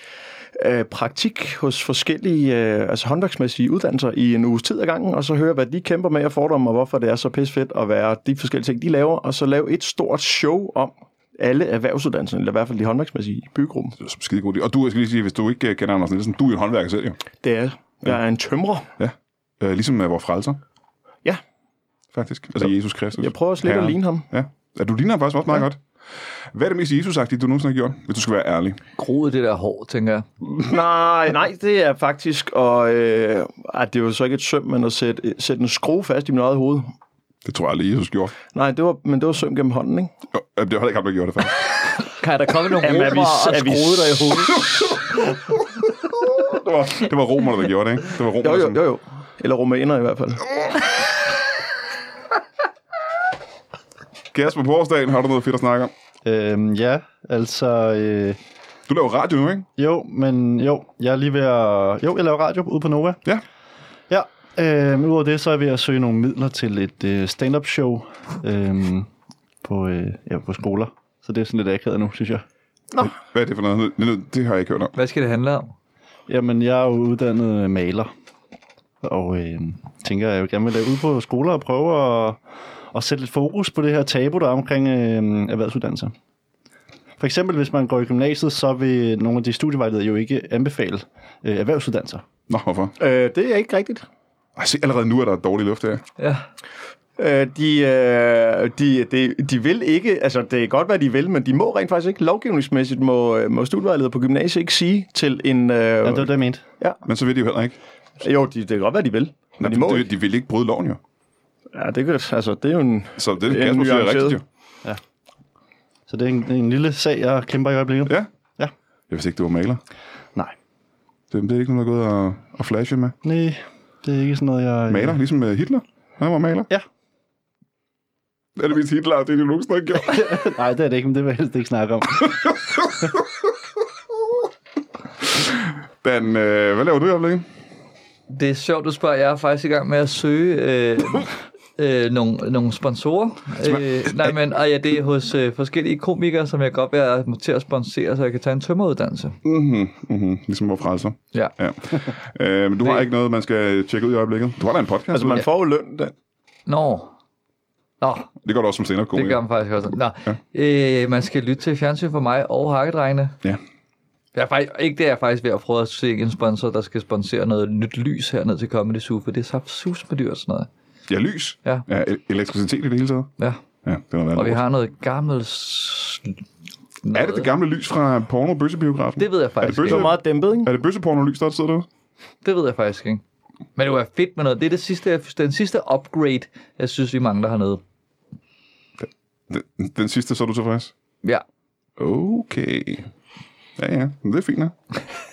Speaker 3: øh, praktik hos forskellige øh, altså håndværksmæssige uddannelser i en uges tid ad gangen, og så høre, hvad de kæmper med af fordomme, og hvorfor det er så pis fedt at være de forskellige ting, de laver, og så lave et stort show om alle erhvervsuddannelserne, eller i hvert fald de håndværksmæssige i bygruppen.
Speaker 1: Det er som skide god idé. Og du, jeg skal lige sige, hvis du ikke øh, kender Anders Nielsen, du er jo en håndværker selv, jo.
Speaker 3: Det er, jeg er en tømrer.
Speaker 1: Ja. Øh, ligesom uh, vores frelser,
Speaker 3: Ja,
Speaker 1: faktisk. Altså Jesus Kristus.
Speaker 3: jeg prøver slet at
Speaker 1: Herren.
Speaker 3: ligne ham.
Speaker 1: Ja. ja, du ligner ham faktisk også meget ja. godt. Hvad er det mest Jesus-agtige, du nogensinde har gjort, hvis du skal være ærlig?
Speaker 2: Groet det der hår, tænker jeg.
Speaker 3: Nej, nej, det er faktisk, og øh, ej, det er jo så ikke et søm, men at sætte, sætte en skrue fast i mit eget hoved.
Speaker 1: Det tror jeg aldrig, Jesus gjorde.
Speaker 3: Nej, det var, men det var søm gennem hånden, ikke?
Speaker 1: Jo, øh, det var heller ikke ham, der gjorde det, faktisk.
Speaker 2: Kan der komme nogle
Speaker 3: Jamen, er vi-
Speaker 2: romere og
Speaker 3: er vi-
Speaker 2: skruede dig i hovedet?
Speaker 1: Det var, det var romerne, der gjorde det, ikke? Det var romerne,
Speaker 3: Jo, jo,
Speaker 1: som-
Speaker 3: jo, jo. Eller rumæner i hvert fald.
Speaker 1: Kasper Porsdagen, har du noget fedt at snakke om?
Speaker 4: Øhm, ja, altså... Øh,
Speaker 1: Du laver radio nu, ikke?
Speaker 4: jo, men jo, jeg er lige ved at... Jo, jeg laver radio ude på Nova.
Speaker 1: Ja.
Speaker 4: Ja, øhm, udover det, så er jeg ved at søge nogle midler til et øh, stand-up show øhm, på, øh, ja, på skoler. Så det er sådan lidt akavet nu, synes jeg.
Speaker 1: Hvad er det for noget? Det, det har jeg ikke hørt om.
Speaker 2: Hvad skal det handle om?
Speaker 4: Jamen, jeg er jo uddannet øh, maler, og øh, tænker, at jeg vil gerne vil lave ud på skoler og prøve at, at sætte lidt fokus på det her tabu, der er omkring øh, erhvervsuddannelser. For eksempel, hvis man går i gymnasiet, så vil nogle af de studievejledere jo ikke anbefale øh, erhvervsuddannelser.
Speaker 1: Nå, hvorfor?
Speaker 3: Øh, det er ikke rigtigt.
Speaker 1: Ej, se, allerede nu er der dårlig luft her.
Speaker 2: Ja.
Speaker 3: Øh, de, øh, de, de, de vil ikke, altså det kan godt være, de vil, men de må rent faktisk ikke. Lovgivningsmæssigt må, øh, må studievejleder på gymnasiet ikke sige til en... Øh,
Speaker 4: Ja, det var det, jeg mente.
Speaker 1: Men så vil de jo heller ikke.
Speaker 3: Jo, de, det kan godt være, de vil. Men de må
Speaker 1: de,
Speaker 3: ikke.
Speaker 1: de vil ikke bryde loven, jo.
Speaker 3: Ja, det, kan, altså, det er jo en...
Speaker 1: Så det,
Speaker 3: Det er
Speaker 1: Kasper siger, er
Speaker 3: nuanceret.
Speaker 1: rigtigt, jo.
Speaker 4: Så det er en, en lille sag, jeg kæmper i øjeblikket.
Speaker 1: Ja.
Speaker 4: Ja.
Speaker 5: Jeg vidste ikke, du var maler.
Speaker 4: Nej.
Speaker 5: Det, det er ikke noget, der er gået og, og flashe med.
Speaker 4: Nej, det er ikke sådan noget, jeg...
Speaker 5: Maler, ligesom øh, Hitler. Han var maler.
Speaker 4: Ja.
Speaker 5: Det er det mest Hitler, det er det nogensinde har gjort.
Speaker 4: Nej, det er det ikke, men det vil jeg helst ikke snakke om.
Speaker 5: Dan, øh, hvad laver du i øjeblikket?
Speaker 2: Det er sjovt, du spørger. Jeg er faktisk i gang med at søge øh, øh, nogle, nogle sponsorer. Øh, nej, men og ja, det er hos øh, forskellige komikere, som jeg godt vil have til at sponsere, så jeg kan tage en tømmeruddannelse.
Speaker 5: Mhm, mhm, ligesom hvor frelser.
Speaker 2: Ja.
Speaker 5: Ja. Øh, men du har ikke noget, man skal tjekke ud i øjeblikket. Du har da en podcast.
Speaker 3: Altså,
Speaker 5: Altså,
Speaker 3: man får jo løn, Dan.
Speaker 2: Nå. Nå,
Speaker 5: det gør du også som stand up
Speaker 2: det gør man faktisk også. Nå. Ja. Øh, man skal lytte til Fjernsyn for mig og Hakkedrengene.
Speaker 5: Ja.
Speaker 2: Jeg er faktisk, ikke det er jeg faktisk ved at prøve at se en sponsor, der skal sponsere noget nyt lys hernede til Comedy Zoo, for det er så sus med dyrt sådan noget.
Speaker 5: Ja, lys.
Speaker 2: Ja.
Speaker 5: ja el- elektricitet i det hele taget.
Speaker 2: Ja.
Speaker 5: Ja, det var
Speaker 2: Og vi
Speaker 5: noget. Har...
Speaker 2: har noget gammelt... s-
Speaker 5: Er det det gamle lys fra porno bøssebiografen?
Speaker 2: Det ved jeg
Speaker 5: er det
Speaker 2: faktisk
Speaker 5: bøsse,
Speaker 3: Det var meget dæmpet, ikke?
Speaker 5: Er det bøsseporno-lys, der sidder der?
Speaker 2: Det ved jeg faktisk ikke. Men det var fedt med noget. Det er det sidste, jeg- den sidste upgrade, jeg synes, vi mangler hernede.
Speaker 5: Den, den sidste, så er du tilfreds?
Speaker 2: Ja,
Speaker 5: Okay. Ja, ja. Men det er fint, ja.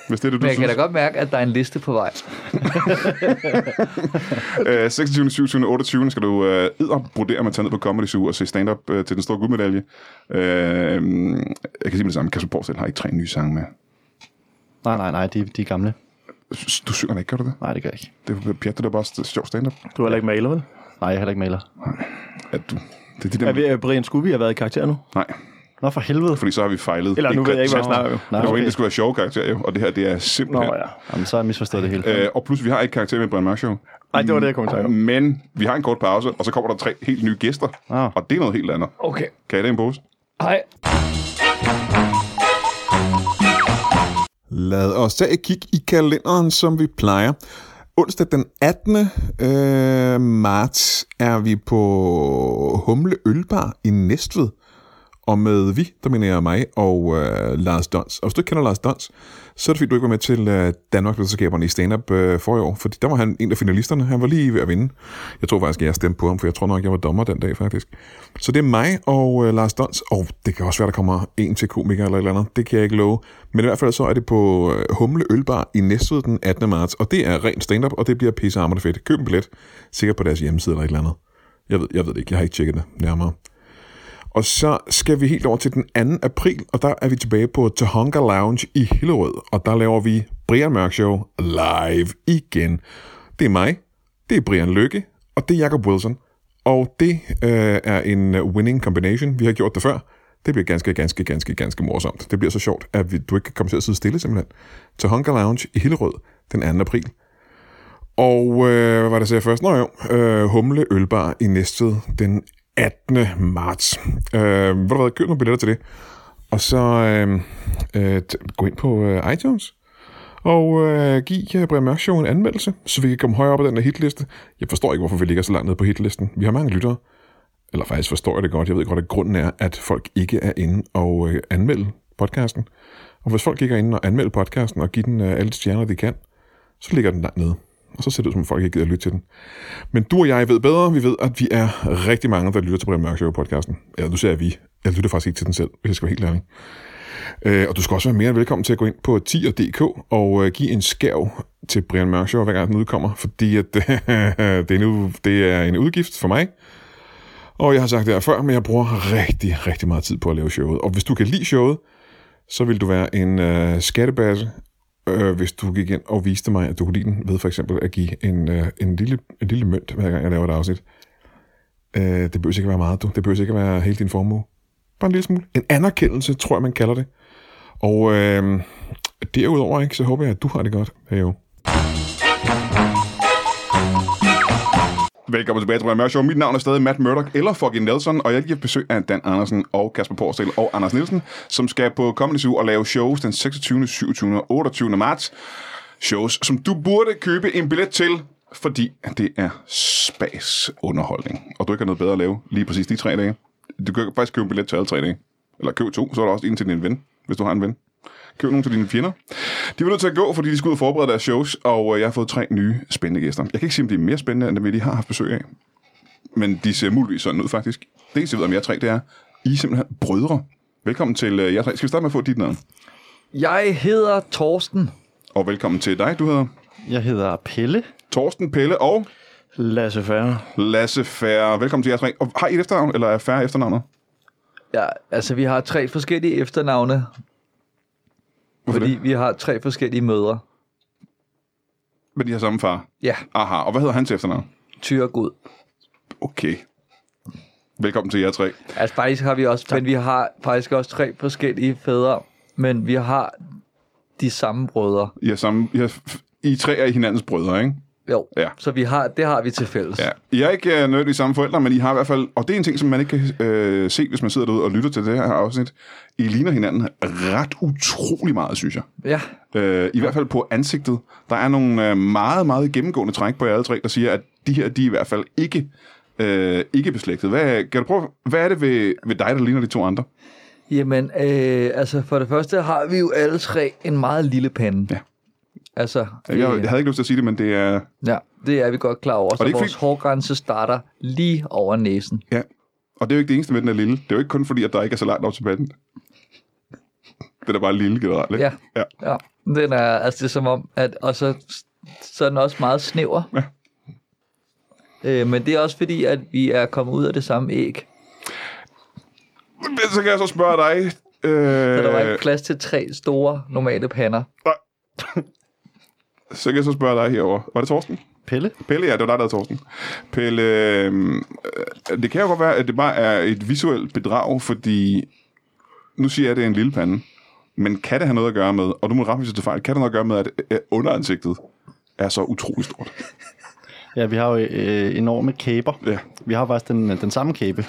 Speaker 5: Hvis det er det, du
Speaker 2: men jeg kan
Speaker 5: synes.
Speaker 2: da godt mærke, at der er en liste på vej.
Speaker 5: Øh, 26. 27. 28. skal du øh, edderbrudere med at tage ned på Comedy Zoo og se stand-up øh, til den store guldmedalje. Øh, jeg kan sige med det samme. Kasper Porsdal har ikke tre nye sange med.
Speaker 4: Nej, nej, nej, de, de er gamle.
Speaker 5: S- Du synger den ikke, gør du det?
Speaker 4: Nej, det gør jeg ikke.
Speaker 5: Det er pjat, det er bare st- sjov stand-up.
Speaker 3: Du er heller ikke maler, vel?
Speaker 4: Nej, jeg er heller ikke maler.
Speaker 5: At du, det er de
Speaker 3: Er
Speaker 5: der...
Speaker 3: vi, er Brian Scooby har været i karakter nu?
Speaker 5: Nej,
Speaker 4: Nå, for helvede.
Speaker 5: fordi så har vi fejlet.
Speaker 3: Eller nu ved jeg ikke, hvad jeg
Speaker 5: konstant.
Speaker 3: snakker om.
Speaker 5: Det var
Speaker 4: Nej,
Speaker 5: egentlig,
Speaker 4: okay.
Speaker 5: det skulle være sjove karakterer, jo, og det her, det er
Speaker 3: Nå,
Speaker 5: simpelthen...
Speaker 3: ja.
Speaker 4: Jamen, så har jeg misforstået det hele.
Speaker 5: Øh, og plus, vi har ikke karakter med Brian Mørk Show.
Speaker 3: Ej, det var det, jeg kom i tanke om.
Speaker 5: Men vi har en kort pause, og så kommer der tre helt nye gæster.
Speaker 4: Ah.
Speaker 5: Og det er noget helt andet.
Speaker 2: Okay.
Speaker 5: Kan I det i en pose?
Speaker 2: Hej.
Speaker 1: Lad os tage et kig i kalenderen, som vi plejer. Onsdag den 18. Øh, marts er vi på Humle Ølbar i Næstved. Og med vi, der mener jeg mig og øh, Lars Dons. Og hvis du ikke kender Lars Dons, så er det fordi, du ikke var med til øh, Danmarksmesterskaberne i stand-up øh, for i år. Fordi der var han en af finalisterne. Han var lige ved at vinde. Jeg tror faktisk, at jeg stemte på ham, for jeg tror nok, jeg var dommer den dag faktisk. Så det er mig og øh, Lars Dons. Og det kan også være, der kommer en til komiker eller et eller andet. Det kan jeg ikke love. Men i hvert fald så er det på øh, Humle Ølbar i Næstved den 18. marts. Og det er rent stand-up, og det bliver pisse hammerende fedt. Køb en billet. Sikkert på deres hjemmeside eller et eller andet. Jeg ved, jeg ved det ikke. Jeg har ikke tjekket det nærmere. Og så skal vi helt over til den 2. april, og der er vi tilbage på Tahonga Lounge i Hillerød, og der laver vi Brian Mørk Show live igen. Det er mig, det er Brian Lykke, og det er Jacob Wilson. Og det øh, er en winning combination. Vi har gjort det før. Det bliver ganske, ganske, ganske, ganske morsomt. Det bliver så sjovt, at vi, du ikke kan komme til at sidde stille simpelthen. Tahonga Lounge i Hillerød den 2. april. Og øh, hvad var det, jeg sagde først? Nå jo, øh, Humle Ølbar i Næstved den 18. marts. Øh, ved du hvad, køb nogle billetter til det. Og så øh, øh, t- gå ind på øh, iTunes og øh, giv øh, Brian Mørk Show en anmeldelse, så vi kan komme højere op ad den her hitliste. Jeg forstår ikke, hvorfor vi ligger så langt nede på hitlisten. Vi har mange lyttere. Eller faktisk forstår jeg det godt. Jeg ved godt, at grunden er, at folk ikke er inde og øh, anmelde podcasten. Og hvis folk ikke er inde og anmelde podcasten og giver den øh, alle de stjerner, de kan, så ligger den langt nede. Og så ser det ud, som om folk ikke gider at lytte til den. Men du og jeg ved bedre. Vi ved, at vi er rigtig mange, der lytter til Brian Mørk Show-podcasten. Eller nu ser jeg vi. Jeg lytter faktisk ikke til den selv, hvis jeg skal være helt ærlig. Øh, og du skal også være mere end velkommen til at gå ind på 10.dk og øh, give en skærv til Brian Mørk Show, hver gang den udkommer. Fordi at, det, er nu, det er en udgift for mig. Og jeg har sagt det her før, men jeg bruger rigtig, rigtig meget tid på at lave showet. Og hvis du kan lide showet, så vil du være en øh, skattebasse, øh, hvis du gik ind og viste mig, at du kunne lide den, ved for eksempel at give en, øh, en, lille, en lille mønt, hver gang jeg laver et afsnit. Øh, det behøver ikke at være meget, du. Det behøver ikke at være hele din formue. Bare en lille smule. En anerkendelse, tror jeg, man kalder det. Og øh, derudover, ikke, så håber jeg, at du har det godt. Hey, jo.
Speaker 5: Velkommen tilbage til Brian Mørk Show. Mit navn er stadig Matt Murdock eller fucking Nelson, og jeg giver besøg af Dan Andersen og Kasper Porsdal og Anders Nielsen, som skal på Comedy Zoo og lave shows den 26., 27. og 28. marts. Shows, som du burde købe en billet til, fordi det er spas underholdning. Og du ikke har noget bedre at lave lige præcis de tre dage. Du kan faktisk købe en billet til alle tre dage. Eller køb to, så er der også en til din ven, hvis du har en ven. Køb nogle til dine fjender. De var nødt til at gå, fordi de skulle ud og forberede deres shows, og øh, jeg har fået tre nye spændende gæster. Jeg kan ikke sige, om de er mere spændende, end dem, vi lige har haft besøg af. Men de ser muligvis sådan ud, faktisk. Det eneste, jeg ved om jer tre, det er, I er simpelthen brødre. Velkommen til øh, jer tre. Skal vi starte med at få dit navn?
Speaker 2: Jeg hedder Torsten.
Speaker 1: Og velkommen til dig, du hedder
Speaker 4: Jeg hedder Pelle.
Speaker 1: Torsten Pelle og
Speaker 3: Lasse Færre.
Speaker 1: Lasse Færre. Velkommen til jer tre. Og har I et efternavn, eller er Færre efternavnet?
Speaker 2: Ja, altså, vi har tre forskellige efternavne,
Speaker 1: Hvorfor
Speaker 2: fordi
Speaker 1: det?
Speaker 2: vi har tre forskellige mødre.
Speaker 1: Men de har samme far.
Speaker 2: Ja,
Speaker 1: Aha, og hvad hedder han til efternavn?
Speaker 2: Tyregud.
Speaker 1: Okay. Velkommen til jer tre.
Speaker 2: Altså, faktisk har vi også, men vi har faktisk også tre forskellige fædre, men vi har de samme brødre.
Speaker 1: I, er samme, I, er, I tre er hinandens brødre, ikke?
Speaker 2: Jo,
Speaker 1: Ja.
Speaker 2: så vi har, det har vi til fælles.
Speaker 1: Ja. I er ikke øh, nødvendigvis samme forældre, men I har i hvert fald, og det er en ting, som man ikke kan øh, se, hvis man sidder derude og lytter til det her afsnit, I ligner hinanden ret utrolig meget, synes jeg.
Speaker 2: ja.
Speaker 1: Øh, I hvert fald på ansigtet. Der er nogle øh, meget, meget gennemgående træk på jer alle tre, der siger, at de her, de er i hvert fald ikke, øh, ikke beslægtet. Hvad, kan du prøve, hvad er det ved, ved dig, der ligner de to andre?
Speaker 2: Jamen, øh, altså, for det første har vi jo alle tre en meget lille pande.
Speaker 1: Ja.
Speaker 2: Altså, det,
Speaker 1: Jeg, jeg havde ikke lyst til at sige det, men det er...
Speaker 2: ja, det er vi godt klar over.
Speaker 1: er
Speaker 2: Så
Speaker 1: ikke
Speaker 2: vores
Speaker 1: fordi-
Speaker 2: hårgrænse starter lige over næsen.
Speaker 1: Ja. Og det er jo ikke det eneste med, den er lille. Det er jo ikke kun fordi, at der ikke er så langt op til panden. Det er da bare lille generelt, ikke?
Speaker 2: Ja.
Speaker 1: ja.
Speaker 2: Ja, den er, altså det er som om, at, og så, så er den også meget snæver.
Speaker 1: Ja.
Speaker 2: Øh, men det er også fordi, at vi er kommet ud af det samme æg.
Speaker 1: Men så kan jeg så spørge dig... Øh,
Speaker 2: Så der var ikke plads til tre store, normale pander.
Speaker 1: så kan jeg så spørge dig herover. Var det Torsten?
Speaker 4: Pelle?
Speaker 1: Pelle, ja, det var dig, der havde Torsten. Pelle, øh, øh, det kan jo godt være, at det bare er et visuelt bedrag, fordi nu siger jeg, at det er en lille pande, men kan det have noget at gøre med, og du må rette mig, hvis det er fejl, kan det have noget at gøre med, at øh, underansigtet er så utrolig stort?
Speaker 4: Ja, vi har jo øh, enorme kæber.
Speaker 1: Ja,
Speaker 4: Vi har faktisk den, den samme kæbe.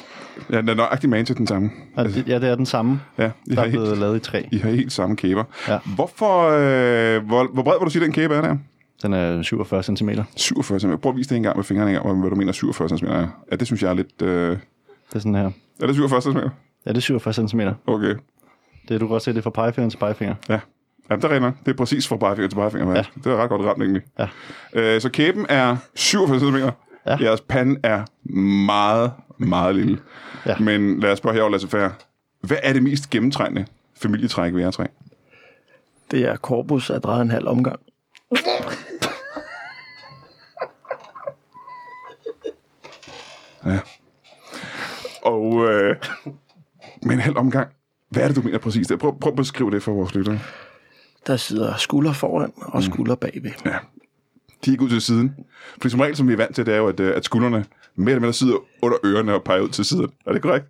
Speaker 1: ja den er nøjagtig man til den samme.
Speaker 4: Og det- Ja, det er den samme,
Speaker 1: Ja, I
Speaker 4: der
Speaker 1: har,
Speaker 4: er
Speaker 1: helt,
Speaker 4: blevet lavet i træ.
Speaker 1: I har helt samme kæber.
Speaker 4: Ja.
Speaker 1: Hvorfor, øh, hvor, hvor bred vil du sige, den kæbe er der?
Speaker 4: Den er 47 cm.
Speaker 1: 47 cm. Prøv at vise det en gang med fingrene, en gang, hvad du mener 47 cm er. Ja, det synes jeg er lidt... Øh,
Speaker 4: Det er sådan her.
Speaker 1: er det 47 cm?
Speaker 4: Ja, det er 47 cm.
Speaker 1: Okay.
Speaker 4: Det, du kan godt se, det er fra pegefingeren til pegefinger.
Speaker 1: Ja. Jamen, der regner. Det er præcis fra pegefinger til pegefinger. Ja. Det er ret godt ramt, egentlig.
Speaker 4: Ja.
Speaker 1: Øh, så kæben er 47 cm. Ja. Jeres pande er meget, meget lille.
Speaker 4: Ja.
Speaker 1: Men lad os spørge herovre, Lasse Færre. Hvad er det mest gennemtrængende familietræk ved jer tre?
Speaker 3: Det er korpus at dreje en halv omgang.
Speaker 1: Og, øh, men held omgang. Hvad er det, du mener præcis der? Prøv, prøv at beskrive det for vores lyttere.
Speaker 3: Der sidder skulder foran og skulder bagved.
Speaker 1: De er ikke ud til siden. For som regel, som vi er vant til, det er jo, at, øh, at skuldrene mere eller mindre sidder under ørerne og peger ud til siden. Er det korrekt?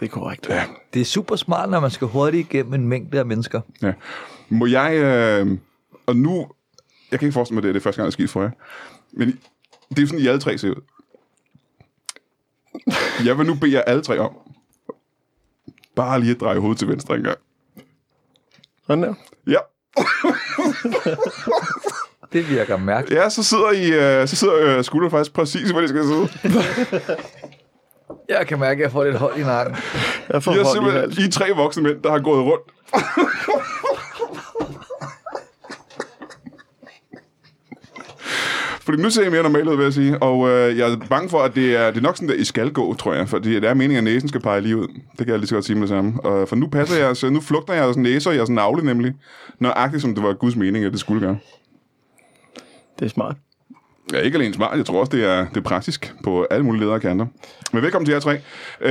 Speaker 3: Det er korrekt.
Speaker 2: Det er super smart, når man skal hurtigt igennem en mængde af mennesker.
Speaker 1: Ja. Må jeg... Øh, og nu... Jeg kan ikke forestille mig, det er det første gang, det er sket for jer. Men I- det er jo sådan, I alle tre ser ud. Jeg vil nu bede jer alle tre om. Bare lige at dreje hovedet til venstre en gang.
Speaker 3: Sådan der.
Speaker 1: Ja,
Speaker 2: Det virker mærkeligt.
Speaker 1: ja så sidder, I, øh, så sidder øh, skulderen faktisk præcis, hvor de skal sidde.
Speaker 2: Jeg kan mærke, at jeg får lidt hold i nakken.
Speaker 3: Jeg får
Speaker 1: I er
Speaker 3: hold i halsen.
Speaker 1: simpelthen I er tre voksne mænd, der har gået rundt. Fordi nu ser I mere normalt ud, vil jeg sige. Og øh, jeg er bange for, at det er, det er nok sådan, der I skal gå, tror jeg. Fordi det er meningen, at næsen skal pege lige ud. Det kan jeg lige så godt sige med det samme. Og for nu passer jeg, så nu flugter jeg jeres næse og jeres navle nemlig. Nøjagtigt, som det var Guds mening, at det skulle gøre.
Speaker 3: Det er smart.
Speaker 1: Ja, ikke alene smart, jeg tror også, det er, det er praktisk på alle mulige ledere og kanter. Men velkommen til jer tre. Øh,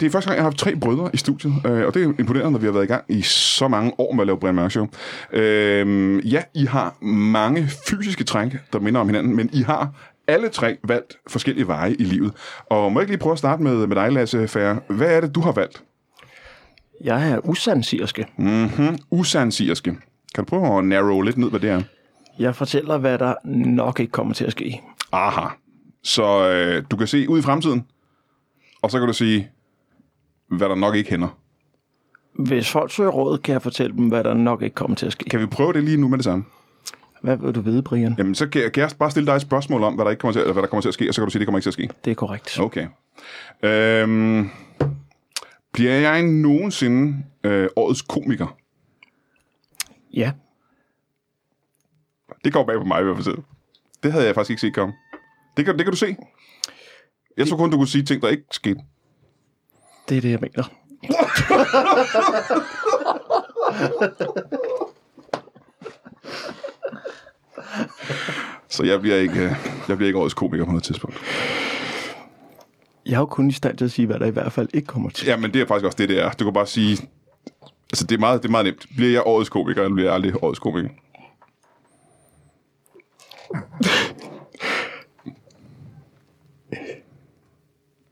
Speaker 1: det er første gang, jeg har haft tre brødre i studiet, øh, og det er imponerende, når vi har været i gang i så mange år med at lave Brian Mørk Show. Øh, ja, I har mange fysiske træk, der minder om hinanden, men I har alle tre valgt forskellige veje i livet. Og må jeg ikke lige prøve at starte med, med dig, Lasse Færre. Hvad er det, du har valgt?
Speaker 3: Jeg er usandsigerske.
Speaker 1: Usandsirske. Kan du prøve at narrow lidt ned, hvad det er?
Speaker 3: Jeg fortæller, hvad der nok ikke kommer til at ske.
Speaker 1: Aha. Så øh, du kan se ud i fremtiden, og så kan du sige, hvad der nok ikke hænder.
Speaker 3: Hvis folk søger råd, kan jeg fortælle dem, hvad der nok ikke kommer til at ske.
Speaker 1: Kan vi prøve det lige nu med det samme?
Speaker 3: Hvad vil du vide, Brian?
Speaker 1: Jamen, så kan jeg, kan jeg bare stille dig et spørgsmål om, hvad der, ikke kommer til, eller hvad der kommer til at ske, og så kan du sige, det kommer ikke til at ske.
Speaker 3: Det er korrekt.
Speaker 1: Okay. Øhm, bliver jeg nogensinde øh, årets komiker?
Speaker 3: Ja,
Speaker 1: Det går bag på mig i hvert fald. Det havde jeg faktisk ikke set komme. Det kan, det kan du se. Jeg tror kun, du kunne sige ting, der ikke skete.
Speaker 3: det er det, jeg mener.
Speaker 1: Så jeg bliver ikke, øh, jeg bliver ikke årets komiker på noget tidspunkt.
Speaker 3: Jeg er jo kun i stand til at sige, hvad der i hvert fald ikke kommer til.
Speaker 1: Ja, men det er faktisk også det, det er. Du kan bare sige... Altså, det er meget, det er meget nemt. Bliver jeg årets komiker, eller bliver jeg aldrig årets komiker?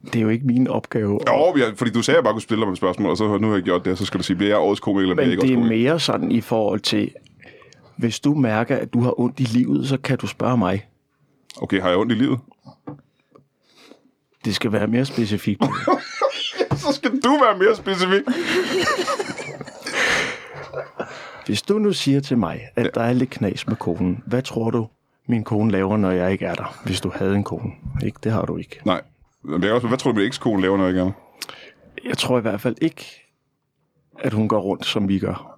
Speaker 3: Det er jo ikke min opgave. at-
Speaker 1: Jo, jeg, fordi du sagde, at jeg bare kunne spille dig med spørgsmål, og så nu har jeg gjort det, så skal du sige, bliver jeg årets komiker, eller bliver
Speaker 3: Men
Speaker 1: jeg ikke
Speaker 3: det er
Speaker 1: årets komiker?
Speaker 3: mere sådan i forhold til, hvis du mærker, at du har ondt i livet, så kan du spørge mig.
Speaker 1: Okay, har jeg ondt i livet?
Speaker 3: Det skal være mere specifikt.
Speaker 1: Så skal du være mere specifik.
Speaker 3: Hvis du nu siger til mig, at der er lidt knas med konen, hvad tror du, min kone laver, når jeg ikke er der? Hvis du havde en kone. Ikke? Det har du ikke.
Speaker 1: Nej. Men jeg er også, hvad tror du, min ekskone laver, når jeg ikke er? der?
Speaker 3: Jeg tror i hvert fald ikke, at hun går rundt, som vi gør.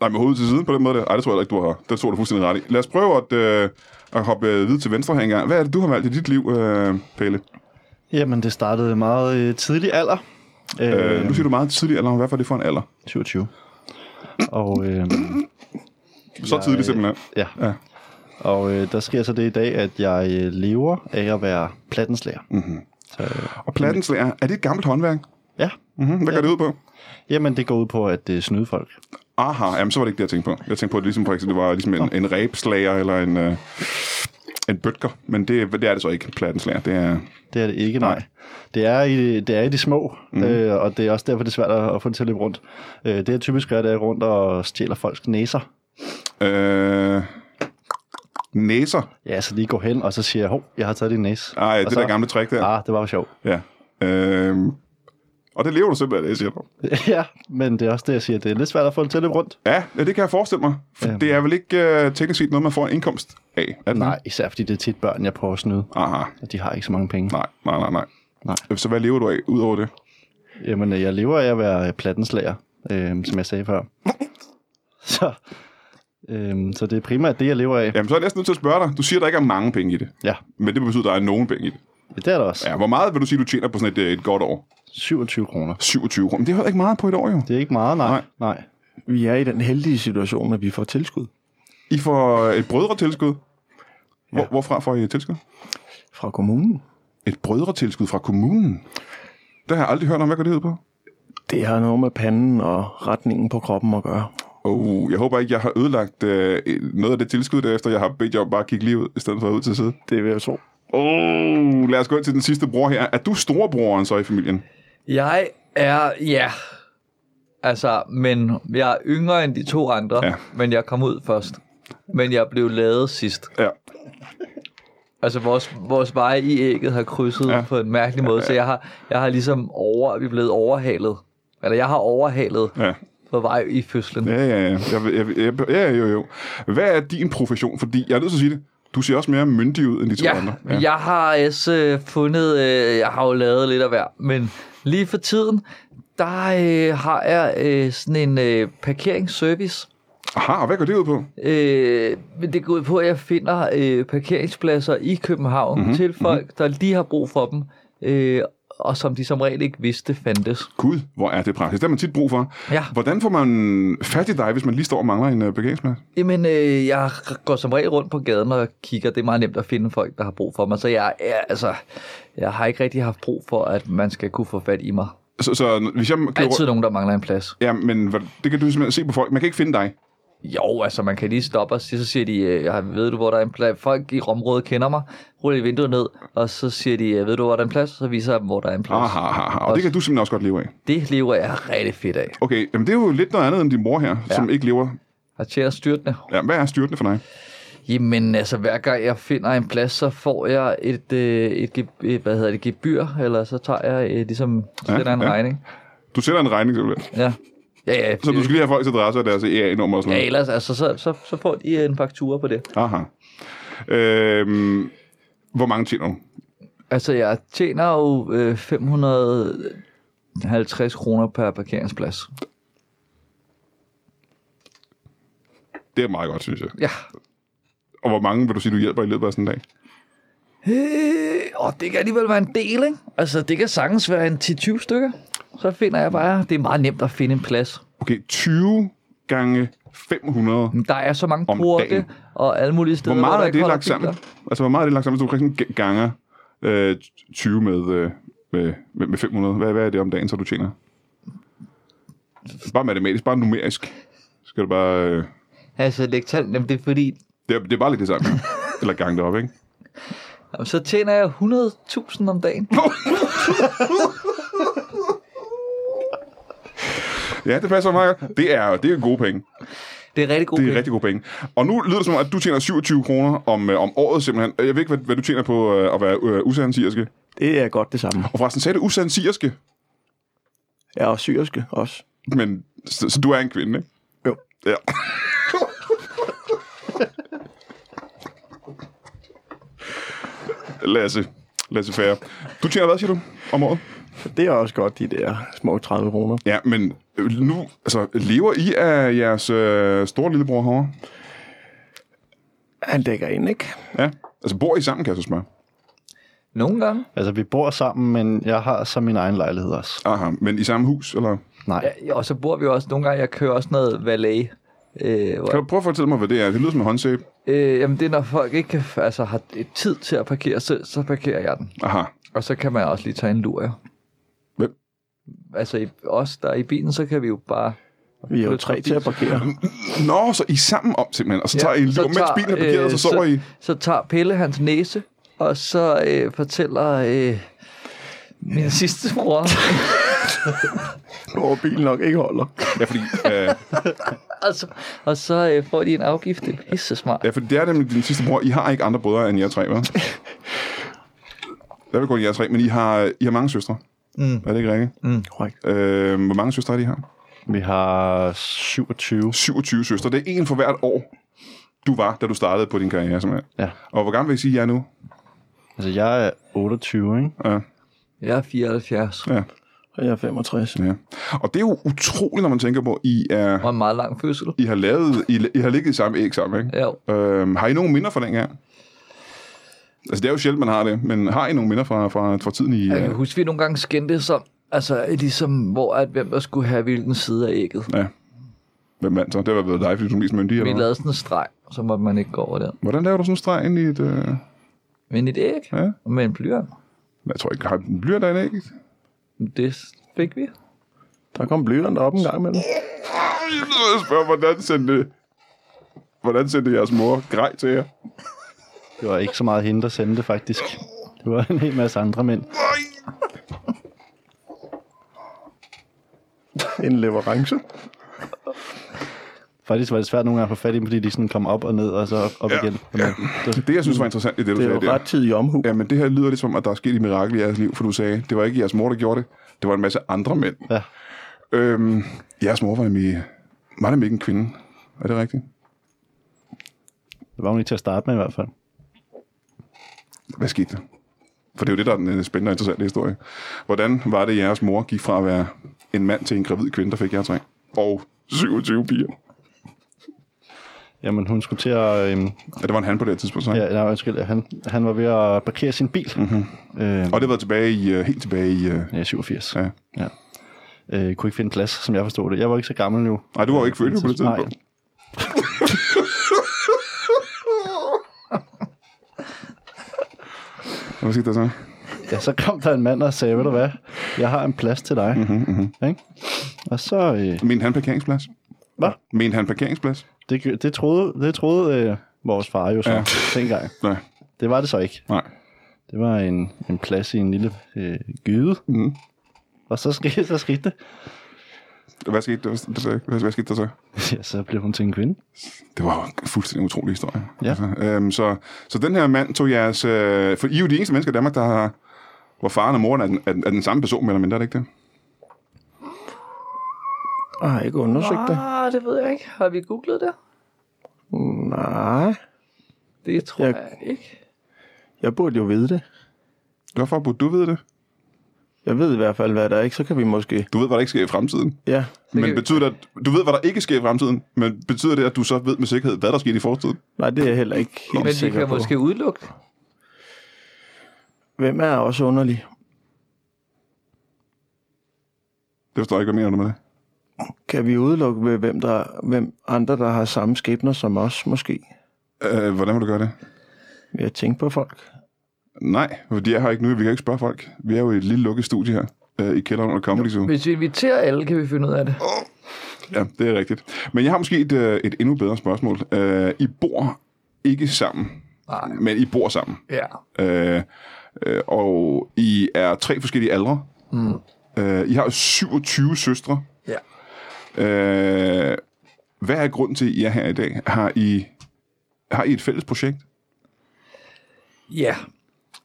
Speaker 1: Nej, med hovedet til siden på den måde. Der. Ej, det tror jeg heller ikke, du har. Det tror du fuldstændig ret i. Lad os prøve at, øh, at hoppe øh, videre til venstre her engang. Hvad er det, du har valgt i dit liv, øh, Pelle?
Speaker 4: Jamen, det startede i meget øh, tidlig alder.
Speaker 1: Øh, nu siger du meget tidlig alder. Hvad var det for en alder?
Speaker 4: 27. Og, øh,
Speaker 1: Så
Speaker 4: Jeg,
Speaker 1: tidligt
Speaker 4: øh,
Speaker 1: simpelthen.
Speaker 4: ja.
Speaker 1: Ja.
Speaker 4: ja. og øh, der sker så det i dag, at jeg øh, lever af at være plattenslærer.
Speaker 1: Mhm.
Speaker 4: Mm-hmm. Så, øh,
Speaker 1: Og plattenslager, er det et gammelt håndværk?
Speaker 4: ja,
Speaker 1: Mm-hmm. Hvad går det ud på?
Speaker 4: jamen det går ud på at øh, snyde folk.
Speaker 1: Aha, jamen, så var det ikke det, jeg tænkte på. Jeg tænkte på, at det, ligesom, for eksempel, det var ligesom en, en ræbslager eller en, øh, en bøtker. Men det, det er det så ikke, plattenslager. Det er...
Speaker 4: Det er det ikke, nej.
Speaker 1: Nej. Mhm.
Speaker 4: nej. Det, er i, det er i de små, mm. øh, og det er også derfor, det er svært at, at få det til at løbe rundt. Øh, det jeg typisk gør, det er rundt og stjæler folks næser.
Speaker 1: Øh, næser.
Speaker 4: Ja, så lige går hen, og så siger jeg, hov, jeg har taget din næse.
Speaker 1: Ej,
Speaker 4: og
Speaker 1: det
Speaker 4: så,
Speaker 1: der gamle trick der.
Speaker 4: Ah, det var jo sjovt.
Speaker 1: Ja. Øh, og det lever du simpelthen af, siger du.
Speaker 4: ja, men det er også det, jeg siger, det er lidt svært at få det til at løbe rundt.
Speaker 1: Ja, ja, det kan jeg forestille mig. For
Speaker 4: Øhm.
Speaker 1: det er vel ikke øh, teknisk set noget, man får en indkomst af? Er det
Speaker 4: Nej, især fordi det er tit børn, jeg prøver at snyde,
Speaker 1: det? Aha,
Speaker 4: og de har ikke så mange penge.
Speaker 1: nej, nej, nej, nej.
Speaker 4: Nej.
Speaker 1: Så hvad lever du af, udover det?
Speaker 4: Jamen, øh, jeg lever af at være øh, plattenslager, øh, som jeg sagde før. så, øh, så det er primært det, jeg lever af.
Speaker 1: Jamen, så er jeg næsten nødt til at spørge dig. Du siger, at der ikke er mange penge i det.
Speaker 4: Ja,
Speaker 1: Men det betyder, at der er nogen penge i det.
Speaker 4: det er der også.
Speaker 1: Ja, hvor meget vil du sige, du tjener på sådan et, øh, et godt år?
Speaker 4: 27 kroner.
Speaker 1: 27 kroner. Men det er heller ikke meget på et år, jo.
Speaker 4: Det er ikke meget, nej.
Speaker 1: Nej.
Speaker 4: nej. nej.
Speaker 3: Vi er i den heldige situation, at vi får tilskud
Speaker 1: I får et brødretilskud. Hvor, Hvorfra får I et tilskud?
Speaker 3: fra kommunen.
Speaker 1: Et brødretilskud fra kommunen. Det har jeg aldrig hørt om. Hvad går det ud på?
Speaker 3: Det har noget med panden og retningen på kroppen at gøre.
Speaker 1: Oh, jeg håber ikke, jeg har ødelagt øh, noget af det tilskud, derefter jeg har bedt jer om bare at kigge lige ud, i stedet for ud til side.
Speaker 3: Det vil jeg tro.
Speaker 1: Oh, lad os gå ind til den sidste bror her. Er du storebroren så i familien?
Speaker 2: Jeg er, ja. Altså, men jeg er yngre end de to andre,
Speaker 1: Ja.
Speaker 2: ja. men jeg kom ud først. Men jeg blev lavet sidst.
Speaker 1: Ja.
Speaker 2: Altså, vores, vores veje i ægget har krydset
Speaker 1: Ja.
Speaker 2: ja. på en mærkelig måde, ja, ja. så jeg har, jeg har ligesom over, vi er blevet overhalet. Eller jeg har overhalet
Speaker 1: Ja.
Speaker 2: på vej i fødslen. Ja.
Speaker 1: Ja, ja, ja. Jeg, ved- jeg, ved- jeg, ja, jo, jo. Hvad er din profession? Fordi, jeg er nødt til at sige det, du ser også mere myndig ud end de to andre.
Speaker 2: Ja, jeg har også øh, fundet, øh, jeg har jo lavet lidt af hver, men lige for tiden, der øh, har jeg øh, sådan en øh, parkeringsservice,
Speaker 1: Aha, og hvad går det ud på?
Speaker 2: Øh, men det går ud på, at jeg finder øh, parkeringspladser i København mm-hmm. til folk, der lige har brug for dem, øh, og som de som regel ikke vidste fandtes.
Speaker 1: Gud, hvor er det praktisk. Det har man tit brug for.
Speaker 2: Ja.
Speaker 1: Hvordan får man fat i dig, hvis man lige står og mangler en øh, parkeringsplads?
Speaker 2: Jamen, øh, jeg går som regel rundt på gaden og kigger. Det er meget nemt at finde folk, der har brug for mig. Så jeg, er, altså, jeg har ikke rigtig haft brug for, at man skal kunne få fat i mig.
Speaker 1: Så, så n- hvis jeg kører...
Speaker 2: Altid nogen, der mangler en plads.
Speaker 1: Ja, men hvad- det kan du simpelthen se på folk. Man kan ikke finde dig.
Speaker 2: Jo, altså man kan lige stoppe og sige, så siger de, øh, "Ja, ved du hvor der er en plads? Folk i området kender mig, ruller vinduet ned, og så siger de, "Øh, ved du hvor der er en plads? Så viser jeg dem, hvor der er en plads.
Speaker 1: Aha, aha, aha. Og det kan du simpelthen også godt leve af.
Speaker 2: Det lever jeg rigtig fedt af.
Speaker 1: Okay, jamen det er jo lidt noget andet end din mor her, ja. som ikke lever.
Speaker 2: Og tjener styrtende.
Speaker 1: Ja, hvad er styrtende for dig?
Speaker 2: Jamen, altså, hver gang jeg finder en plads, så får jeg et, øh, et, ge- et hvad hedder det, gebyr, eller så tager jeg øh, ligesom,
Speaker 1: Ja,
Speaker 2: sender ja, en
Speaker 1: ja.
Speaker 2: ja. regning.
Speaker 1: Du sender en regning simpelthen.
Speaker 2: Ja. Ja, ja.
Speaker 1: Så du skal lige have folks adresse og deres EA-nummer og sådan
Speaker 2: Ja,
Speaker 1: noget.
Speaker 2: ellers, altså, så, så, så får de øh, en faktura på det.
Speaker 1: Aha. Øhm, hvor mange tjener du?
Speaker 2: Altså, jeg tjener jo øh, 550 kroner per parkeringsplads.
Speaker 1: Det er meget godt, synes jeg.
Speaker 2: Ja.
Speaker 1: Og hvor mange vil du sige, du hjælper i løbet af sådan en dag?
Speaker 2: Øh, og det kan alligevel være en del, ikke? Altså, det kan sagtens være en 10-20 stykker. Så finder jeg bare, det er meget nemt at finde en plads.
Speaker 1: Okay, 20 gange 500.
Speaker 2: Men Der er så mange
Speaker 1: Om
Speaker 2: porte
Speaker 1: dagen.
Speaker 2: og alle mulige steder,
Speaker 1: Hvor meget
Speaker 2: der
Speaker 1: er
Speaker 2: ikke
Speaker 1: det
Speaker 2: holder
Speaker 1: lagt sammen?
Speaker 2: biler.
Speaker 1: Altså, hvor meget er det lagt sammen, hvis du sådan g- ganger øh, 20 med, øh, med, med, med 500? Hvad, hvad er det om dagen, så du tjener? Bare matematisk, bare numerisk. Skal du bare... Øh,
Speaker 2: Altså, læg tal, jamen, det er fordi,
Speaker 1: det, er, det er bare lidt det samme. Eller gange det op, ikke?
Speaker 2: jamen, så tjener jeg 100.000 om dagen.
Speaker 1: Ja, det passer meget godt. Det er, det er gode penge.
Speaker 2: Det er rigtig god
Speaker 1: Det er rigtig gode penge. Og nu lyder det som om, at du tjener 27 kroner om, øh, om året simpelthen. Jeg ved ikke, hvad, hvad du tjener på øh, at være øh, usandsigerske.
Speaker 3: Det er godt det samme.
Speaker 1: Og forresten sagde det usandsigerske,
Speaker 3: Jeg er også syriske også.
Speaker 1: men så, så du er en kvinde, ikke?
Speaker 3: Jo.
Speaker 1: Ja. Lasse. Lasse Færre. Du tjener hvad, siger du, om året?
Speaker 3: Det er også godt, de der små 30 kroner.
Speaker 1: Ja, men øh, nu, altså, lever I af jeres øh, store lillebror herovre?
Speaker 3: Han dækker ind, ikke?
Speaker 1: Ja. Altså, bor I sammen, kan jeg så spørge?
Speaker 2: Nogle gange.
Speaker 4: Altså, vi bor sammen, men jeg har så min egen lejlighed også.
Speaker 1: Aha, men i samme hus, eller?
Speaker 4: Nej.
Speaker 2: Ja, og så bor vi også nogle gange, jeg kører også noget valet. Øh, hvor,
Speaker 1: Kan du prøve at fortælle mig, hvad det er? Det lyder som en håndsæbe.
Speaker 2: øh, jamen det er, når folk ikke kan- altså, har tid til at parkere selv, så parkerer jeg den.
Speaker 1: Aha.
Speaker 2: Og så kan man også lige tage en lur, ja.
Speaker 1: Hvem?
Speaker 2: Altså i, os, der er i bilen, så kan vi jo bare...
Speaker 3: Vi er jo tre til at parkere.
Speaker 1: Nå, så I er sammen om simpelthen, og så tager I en
Speaker 2: så
Speaker 1: lur, mens
Speaker 2: tager,
Speaker 1: bilen er parkeret, øh, så sover I.
Speaker 2: Så tager Pelle hans næse, og så øh, fortæller øh, min sidste bror,
Speaker 3: Hvor bilen nok ikke holder.
Speaker 1: Ja, fordi, øh,
Speaker 2: og så, og så øh, får de en afgift. Det er pisse smart.
Speaker 1: ja, fordi det er nemlig din sidste bror. I har ikke andre brødre end jer tre, hva'? Der vil kun jer tre, men I har, I har mange søstre. Mm. Er det ikke rigtigt? Mm.
Speaker 3: Korrekt.
Speaker 1: Øh, hvor mange søstre er det, I har?
Speaker 4: Vi har 27.
Speaker 1: 27 søstre. Det er en for hvert år, du var, da du startede på din karriere, simpelthen.
Speaker 4: Ja.
Speaker 1: Og hvor gammel vil I sige, jer nu?
Speaker 4: Altså, jeg er 28, ikke?
Speaker 1: Ja.
Speaker 2: Jeg er 74.
Speaker 1: ja.
Speaker 3: Og jeg er 65.
Speaker 1: Ja. Og det er jo utroligt, når man tænker på, I er...
Speaker 2: Og en meget lang fødsel.
Speaker 1: I har, lavet, I, I har ligget i samme æg sammen, ikke?
Speaker 2: Jo.
Speaker 1: Øhm, har I nogen minder fra dengang? Altså, det er jo sjældent, man har det, men har I nogen minder fra, fra, fra tiden i... øh,
Speaker 2: Jeg kan
Speaker 1: Ja.
Speaker 2: huske, vi nogle gange skændtes som, altså ligesom, hvor at hvem der skulle have hvilken side af ægget.
Speaker 1: ja. Hvem vandt så? Det har været dig, fordi du er mest myndig,
Speaker 2: Vi
Speaker 1: eller hvad?
Speaker 2: lavede sådan en streg, så måtte man ikke gå over den.
Speaker 1: Hvordan laver du sådan en streg ind i et... Øh...
Speaker 2: Men et æg?
Speaker 1: Ja.
Speaker 2: Med en blyant.
Speaker 1: Jeg tror ikke, har bliver der en æg?
Speaker 2: Det fik vi.
Speaker 3: Der kom blyeren op en gang imellem.
Speaker 1: Jeg spørger, hvordan sendte... Hvordan sendte jeres mor grej til jer?
Speaker 4: Det var ikke så meget hende, der sendte det, faktisk. Det var en hel masse andre mænd.
Speaker 3: En leverance.
Speaker 4: Faktisk var det svært nogle gange at få fat i dem, fordi de sådan kom op og ned, og så op, op ja. igen. Men Det var
Speaker 1: Det, jeg synes var interessant i det, du
Speaker 3: Det er
Speaker 1: sagde
Speaker 3: jo
Speaker 1: der.
Speaker 3: ret tid i omhu.
Speaker 1: Ja, men det her lyder lidt som, at der er sket et mirakel i jeres liv, for du sagde, det var ikke jeres mor, der gjorde det. Det var en masse andre mænd.
Speaker 4: Ja.
Speaker 1: Øhm, jeres mor var nemlig, var nemlig ikke en kvinde. Er det rigtigt?
Speaker 4: det var hun ikke til at starte med i hvert fald.
Speaker 1: Hvad skete der? For det er jo det, der er den øh, spændende og interessante historie. Hvordan var det, jeres mor gik fra at være en mand til en gravid kvinde, der fik jer tre? Og 27 piger.
Speaker 4: Jamen, hun skulle til at... Øhm,
Speaker 1: Ja, det var en han på det her tidspunkt, så. Ja.
Speaker 4: ja, nej, undskyld, han, han var ved at parkere sin bil. Mm-hmm. Øhm,
Speaker 1: Og det var tilbage i, øh, helt tilbage i... øh,
Speaker 4: ja, 87.
Speaker 1: Ja.
Speaker 4: ja. Øh, kunne ikke finde plads, som jeg forstod det. Jeg var ikke så gammel nu.
Speaker 1: Nej, du var jo ikke født på det
Speaker 4: Nej.
Speaker 1: tidspunkt. Og Hvad skete der så?
Speaker 4: Ja, så kom der en mand og sagde, ved du hvad, jeg har en plads til dig. Mm-hmm,
Speaker 1: Mhm,
Speaker 4: mm-hmm. Ikke? Og så... Øh,
Speaker 1: Mente han parkeringsplads?
Speaker 4: Hvad?
Speaker 1: Mente han parkeringsplads?
Speaker 4: Det, gø- det troede, det troede øh, vores far jo så
Speaker 1: Ja.
Speaker 4: ja. dengang.
Speaker 1: Nej.
Speaker 4: Det var det så ikke.
Speaker 1: Nej.
Speaker 4: Det var en, en plads i en lille øh, gyde.
Speaker 1: Mhm.
Speaker 4: Og så skete, så skete det.
Speaker 1: Hvad skete der, så? Hvad, hvad skete der så?
Speaker 4: Ja, så blev hun til en kvinde.
Speaker 1: Det var jo en fuldstændig utrolig historie.
Speaker 4: Ja.
Speaker 1: øhm, så, så den her mand tog jeres... Øh, for I er jo de eneste mennesker i Danmark, der har... Hvor faren og moren er den, er, den- er den samme person, mere eller mindre, er det ikke det?
Speaker 3: Jeg har ikke undersøgt det.
Speaker 2: Ah, det ved jeg ikke. Har vi googlet det?
Speaker 3: Nej.
Speaker 2: Det tror
Speaker 3: Jeg-
Speaker 2: jeg, jeg ikke.
Speaker 3: Jeg burde jo vide det.
Speaker 1: Hvorfor burde du vide det?
Speaker 3: Jeg ved i hvert fald, hvad der er, ikke? Så kan vi måske...
Speaker 1: Du ved, hvad der ikke sker i fremtiden.
Speaker 3: Ja.
Speaker 1: Men
Speaker 2: kan vi-
Speaker 1: betyder det, at, du ved, hvad der ikke sker i fremtiden, men betyder det, at du så ved med sikkerhed, hvad der skete i fortiden?
Speaker 3: Nej, det er jeg heller ikke helt
Speaker 2: Men vi
Speaker 3: sikker
Speaker 2: kan
Speaker 3: på.
Speaker 2: måske udelukke det.
Speaker 3: Hvem er også underlig?
Speaker 1: Det forstår jeg ikke, hvad mener du med det?
Speaker 3: Kan vi udelukke, hvem, der, hvem andre, der har samme skæbner som os, måske?
Speaker 1: Øh, hvordan vil du gøre det?
Speaker 3: Ved at tænke på folk.
Speaker 1: Nej, for de er her ikke nu. Vi kan ikke spørge folk. Vi er jo i et lille lukket studie her øh, i kælderen under Comedy Zoo.
Speaker 2: Hvis vi inviterer alle, kan vi finde ud af det.
Speaker 1: Ja, det er rigtigt. Men jeg har måske et, øh, et endnu bedre spørgsmål. Øh, I bor ikke sammen,
Speaker 2: Nej.
Speaker 1: men I bor sammen.
Speaker 2: Ah, Ja.
Speaker 1: Øh, øh, og I er tre forskellige aldre.
Speaker 2: Mm.
Speaker 1: Øh, I har 27 søstre.
Speaker 2: Ja.
Speaker 1: Øh, hvad er grunden til, at I er her i dag? Har I, har I et fælles projekt?
Speaker 2: Ja,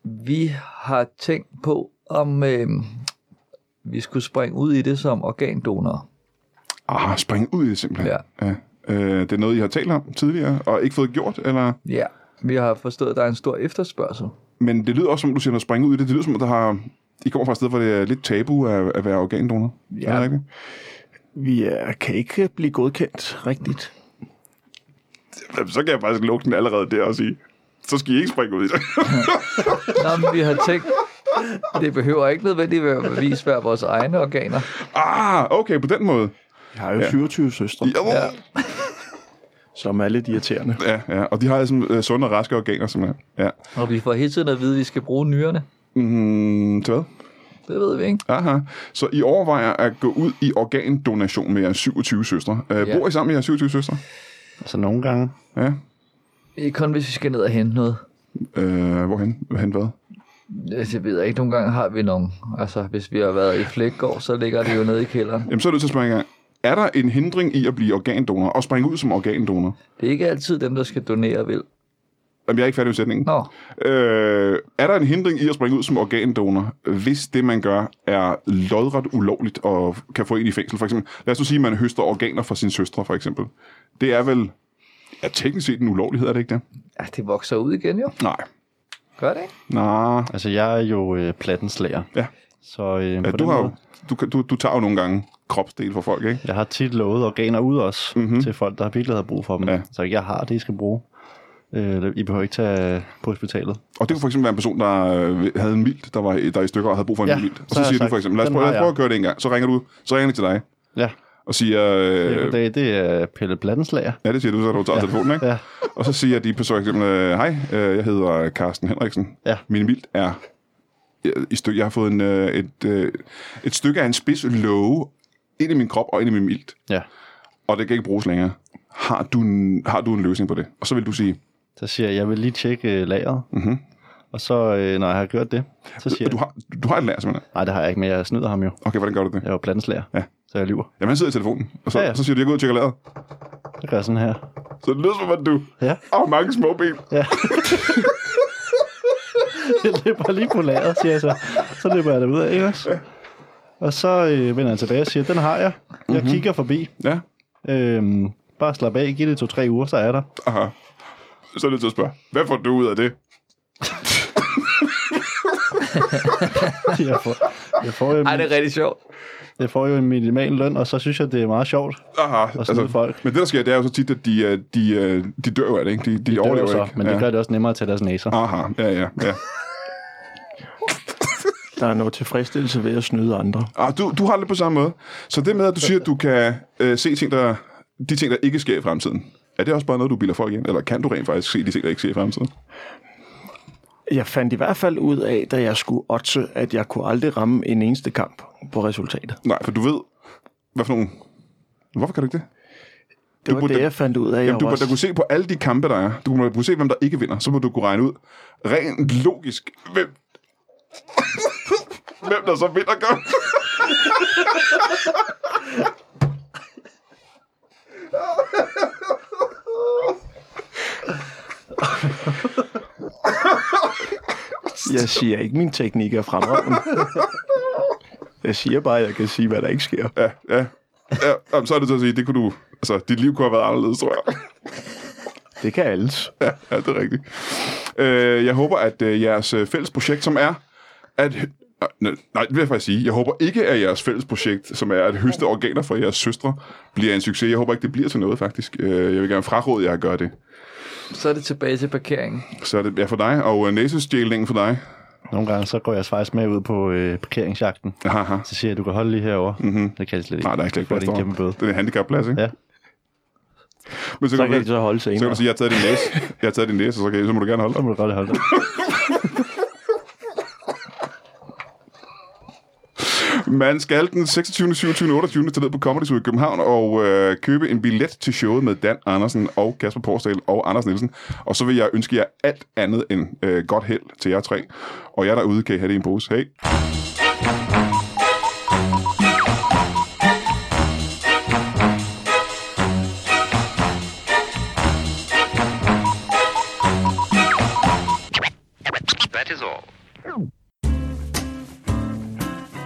Speaker 2: vi har tænkt på, om øh, vi skulle springe ud i det som organdonorer.
Speaker 1: Ah, spring ud i det simpelthen.
Speaker 2: Ja.
Speaker 1: ja. Øh, det er noget, I har talt om tidligere, og ikke fået gjort, eller...
Speaker 2: Ja, vi har forstået, at der er en stor efterspørgsel.
Speaker 1: Men det lyder også, som du siger, når springe ud i det. Det lyder som, at der har... I kommer fra et sted, hvor det er lidt tabu at, at være organdonor.
Speaker 2: Ja.
Speaker 1: Er det rigtigt?
Speaker 3: Vi er, kan ikke blive godkendt rigtigt.
Speaker 1: Jamen, så kan jeg faktisk lukke den allerede der og sige, så skal I ikke springe ud i det.
Speaker 2: Nå, men vi har tænkt, det behøver ikke nødvendigvis være vores egne organer.
Speaker 1: ah, okay, på den måde.
Speaker 3: Jeg har jo 27 søstre,
Speaker 1: Ja,
Speaker 3: som er lidt irriterende.
Speaker 1: ja, ja. og de har sådan, øh, sunde og raske organer, simpelthen. Ja.
Speaker 2: Og vi får hele tiden at vide, at vi skal bruge nyrerne.
Speaker 1: Mm, til hvad?
Speaker 2: Det ved vi ikke.
Speaker 1: Aha. Så I overvejer at gå ud i organdonation med jeres 27 søstre. Øh,
Speaker 2: Ja.
Speaker 1: Bor I sammen med jeres 27 søstre?
Speaker 4: Altså nogle gange.
Speaker 1: Ja.
Speaker 2: Ikke kun, hvis vi skal ned og hente noget.
Speaker 1: Øh, hvorhen? Hen hvad?
Speaker 2: Altså, Jeg ved ikke, nogle gange har vi nogen. Altså, hvis vi har været i Flækgård, så ligger det jo nede i kælderen.
Speaker 1: Jamen, så er du nødt til at spørge en gang. Er der en hindring i at blive organdonor og springe ud som organdonor?
Speaker 2: Det er ikke altid dem, der skal donere, vil.
Speaker 1: Jamen, jeg er ikke færdig med sætningen.
Speaker 2: Nå,
Speaker 1: Øh, er der en hindring i at springe ud som organdonor, hvis det, man gør, er lodret ulovligt og kan få en i fængsel? For eksempel, lad os nu sige, at man høster organer fra sine søstre, for eksempel. Det er vel, ja, teknisk set en ulovlighed, er det ikke det?
Speaker 2: ja, det vokser ud igen jo.
Speaker 1: Nej.
Speaker 2: Gør det ikke?
Speaker 1: Nej.
Speaker 4: Altså jeg er jo øh, plattenslager.
Speaker 1: Ja.
Speaker 4: Så øh, ja,
Speaker 1: Ja,
Speaker 4: på
Speaker 1: du,
Speaker 4: den
Speaker 1: har,
Speaker 4: måde,
Speaker 1: jo- du, kan- du, du tager jo nogle gange kropsdel fra folk, ikke?
Speaker 4: jeg har tit lovet organer ud også, mm-hmm. til folk, der virkelig har brug for dem.
Speaker 1: Ja.
Speaker 4: Ja. Så jeg har det, I skal bruge. Øh, I behøver ikke tage på hospitalet.
Speaker 1: Og det kunne for eksempel være en person, der øh, havde en mild, der var der i stykker og havde brug for en
Speaker 4: Ja,
Speaker 1: ja, mild. Og
Speaker 4: så
Speaker 1: så,
Speaker 4: har
Speaker 1: siger
Speaker 4: jeg
Speaker 1: du
Speaker 4: sagt,
Speaker 1: for eksempel, lad os
Speaker 4: "Den
Speaker 1: prøve, lad os
Speaker 4: har
Speaker 1: prøve
Speaker 4: jeg."
Speaker 1: at gøre det en gang. Så ringer du, så ringer jeg til dig
Speaker 4: Ja,
Speaker 1: og siger...
Speaker 4: øh,
Speaker 1: Øh,
Speaker 4: dag, det er Pelle Plattenslager.
Speaker 1: Ja, det siger du, så du tager ja. telefonen, ikke?
Speaker 4: Ja.
Speaker 1: Og så siger de på så eksempel, øh, hej, øh, jeg hedder Carsten Henriksen.
Speaker 4: Ja.
Speaker 1: Min mild er øh, i stykke. Jeg har fået en, øh, et, øh, et stykke af en spids låge ind i min krop og ind i min mild,
Speaker 4: Ja.
Speaker 1: og det kan ikke bruges længere. Har du, en, har du en løsning på det? Og så vil du sige,
Speaker 4: Så siger jeg, jeg vil lige tjekke øh, lageret. Mm-hmm. Og så, øh, når jeg har gjort det, så siger
Speaker 1: du
Speaker 4: jeg,
Speaker 1: har, du har et lærer simpelthen.
Speaker 4: nej, det har jeg ikke, men jeg snyder ham jo.
Speaker 1: Okay, hvordan gør du det?
Speaker 4: Jeg er jo plattenslager,
Speaker 1: Ja.
Speaker 4: så jeg lyver.
Speaker 1: Jamen, han sidder i telefonen, og så, ja,
Speaker 4: Ja,
Speaker 1: ja.
Speaker 4: ja.
Speaker 1: så siger du, jeg går ud og tjekker lageret.
Speaker 4: Jeg gør sådan her.
Speaker 1: Så det lyder som, at du
Speaker 4: Ja.
Speaker 1: har mange små ben.
Speaker 4: Jeg løber lige på lageret, siger jeg så. Så løber jeg derud af, ikke også? Og så øh, vender jeg tilbage og siger, den har jeg. Jeg mm-hmm. kigger forbi.
Speaker 1: Ja,
Speaker 4: Øhm, bare slap af, giv det to-tre uger, så er jeg der.
Speaker 1: aha. Så er det til at spørge, hvad får du ud af det?
Speaker 4: Jeg får, jeg får, jo,
Speaker 2: Ej, det er rigtig sjovt.
Speaker 4: jeg får jo en minimal løn, og så synes jeg, det er meget sjovt.
Speaker 1: Aha, Altså,
Speaker 4: snyde folk.
Speaker 1: Men det, der sker, det er jo så tit, at de, øh, de, øh, de dør jo af det, ikke? De, de, de
Speaker 4: Det er
Speaker 1: overlever
Speaker 4: jo så,
Speaker 1: ikke.
Speaker 4: Altså, men
Speaker 1: ja.
Speaker 4: det gør det også nemmere at tage deres næser.
Speaker 1: Aha, ja, ja, ja.
Speaker 3: Der er noget tilfredsstillelse ved at snyde andre.
Speaker 1: Ah, du, du har det lidt på samme måde. Så det med, at du siger, at du kan øh, se ting, der, de ting, der ikke sker i fremtiden, er det også bare noget, du bilder folk ind? Eller kan du rent faktisk se de ting, der ikke sker i fremtiden?
Speaker 3: Jeg fandt i hvert fald ud af, da jeg skulle otse, at jeg kunne aldrig ramme en eneste kamp på resultatet.
Speaker 1: Nej, for du ved, hvad for nogle... Hvorfor kan du ikke det?
Speaker 3: Det var
Speaker 1: burde
Speaker 3: det,
Speaker 1: da-
Speaker 3: jeg fandt ud af. Jeg
Speaker 1: Jamen, du
Speaker 3: var
Speaker 1: burde da kunne se på alle de kampe, der er. Du må da kunne se, hvem der ikke vinder. Så må du kunne regne ud rent logisk, hvem, hvem der så vinder kampen.
Speaker 3: Jeg siger ikke, min teknik er fremragende. Jeg siger bare, at jeg kan sige, hvad der ikke sker.
Speaker 1: Ja, ja. ja jamen, så er det til at sige, det kunne du... Altså, dit liv kunne have været anderledes, tror jeg.
Speaker 3: Det kan alles.
Speaker 1: Ja, ja det er rigtigt. Øh, jeg håber, at øh, jeres øh, fælles projekt, som er at... hø- Nej, nej, det vil jeg faktisk sige. Jeg håber ikke, at jeres fælles projekt, som er at høste organer fra jeres søstre, bliver en succes. Jeg håber ikke, det bliver til noget, faktisk. Øh, jeg vil gerne fraråde jer at gøre det.
Speaker 2: Så er det tilbage til parkeringen.
Speaker 1: Så er det ja, for dig, og øh, næsestjælingen for dig.
Speaker 4: Nogle gange så går jeg faktisk med ud på øh, parkeringsjagten.
Speaker 1: Haha.
Speaker 4: Så siger jeg, du kan holde lige herovre. Mm-hmm. Det kan jeg slet ikke.
Speaker 1: Mhm. Nej, der er slet ikke
Speaker 4: Får
Speaker 1: plads
Speaker 4: det en
Speaker 1: derovre.
Speaker 4: kæmpe bøde.
Speaker 1: Det er en handicapplads, ikke?
Speaker 4: Ja.
Speaker 1: Men så,
Speaker 3: Så
Speaker 1: kan,
Speaker 3: kan
Speaker 1: du,
Speaker 3: de så holde
Speaker 1: så kan
Speaker 3: senere.
Speaker 1: du sige, jeg har taget din næse. Jeg har taget din næse, og så, kan, så må du gerne holde
Speaker 4: Så
Speaker 1: dig.
Speaker 4: må du godt holde dig.
Speaker 1: Man skal den 26., 27., 28. tage ned på Comedy Zoo i København og øh, købe en billet til showet med Dan Andersen og Kasper Porsdal og Anders Nielsen. Og så vil jeg ønske jer alt andet end øh, godt held til jer tre. Og jer derude kan I have det i en pose. Hey.
Speaker 6: That is all.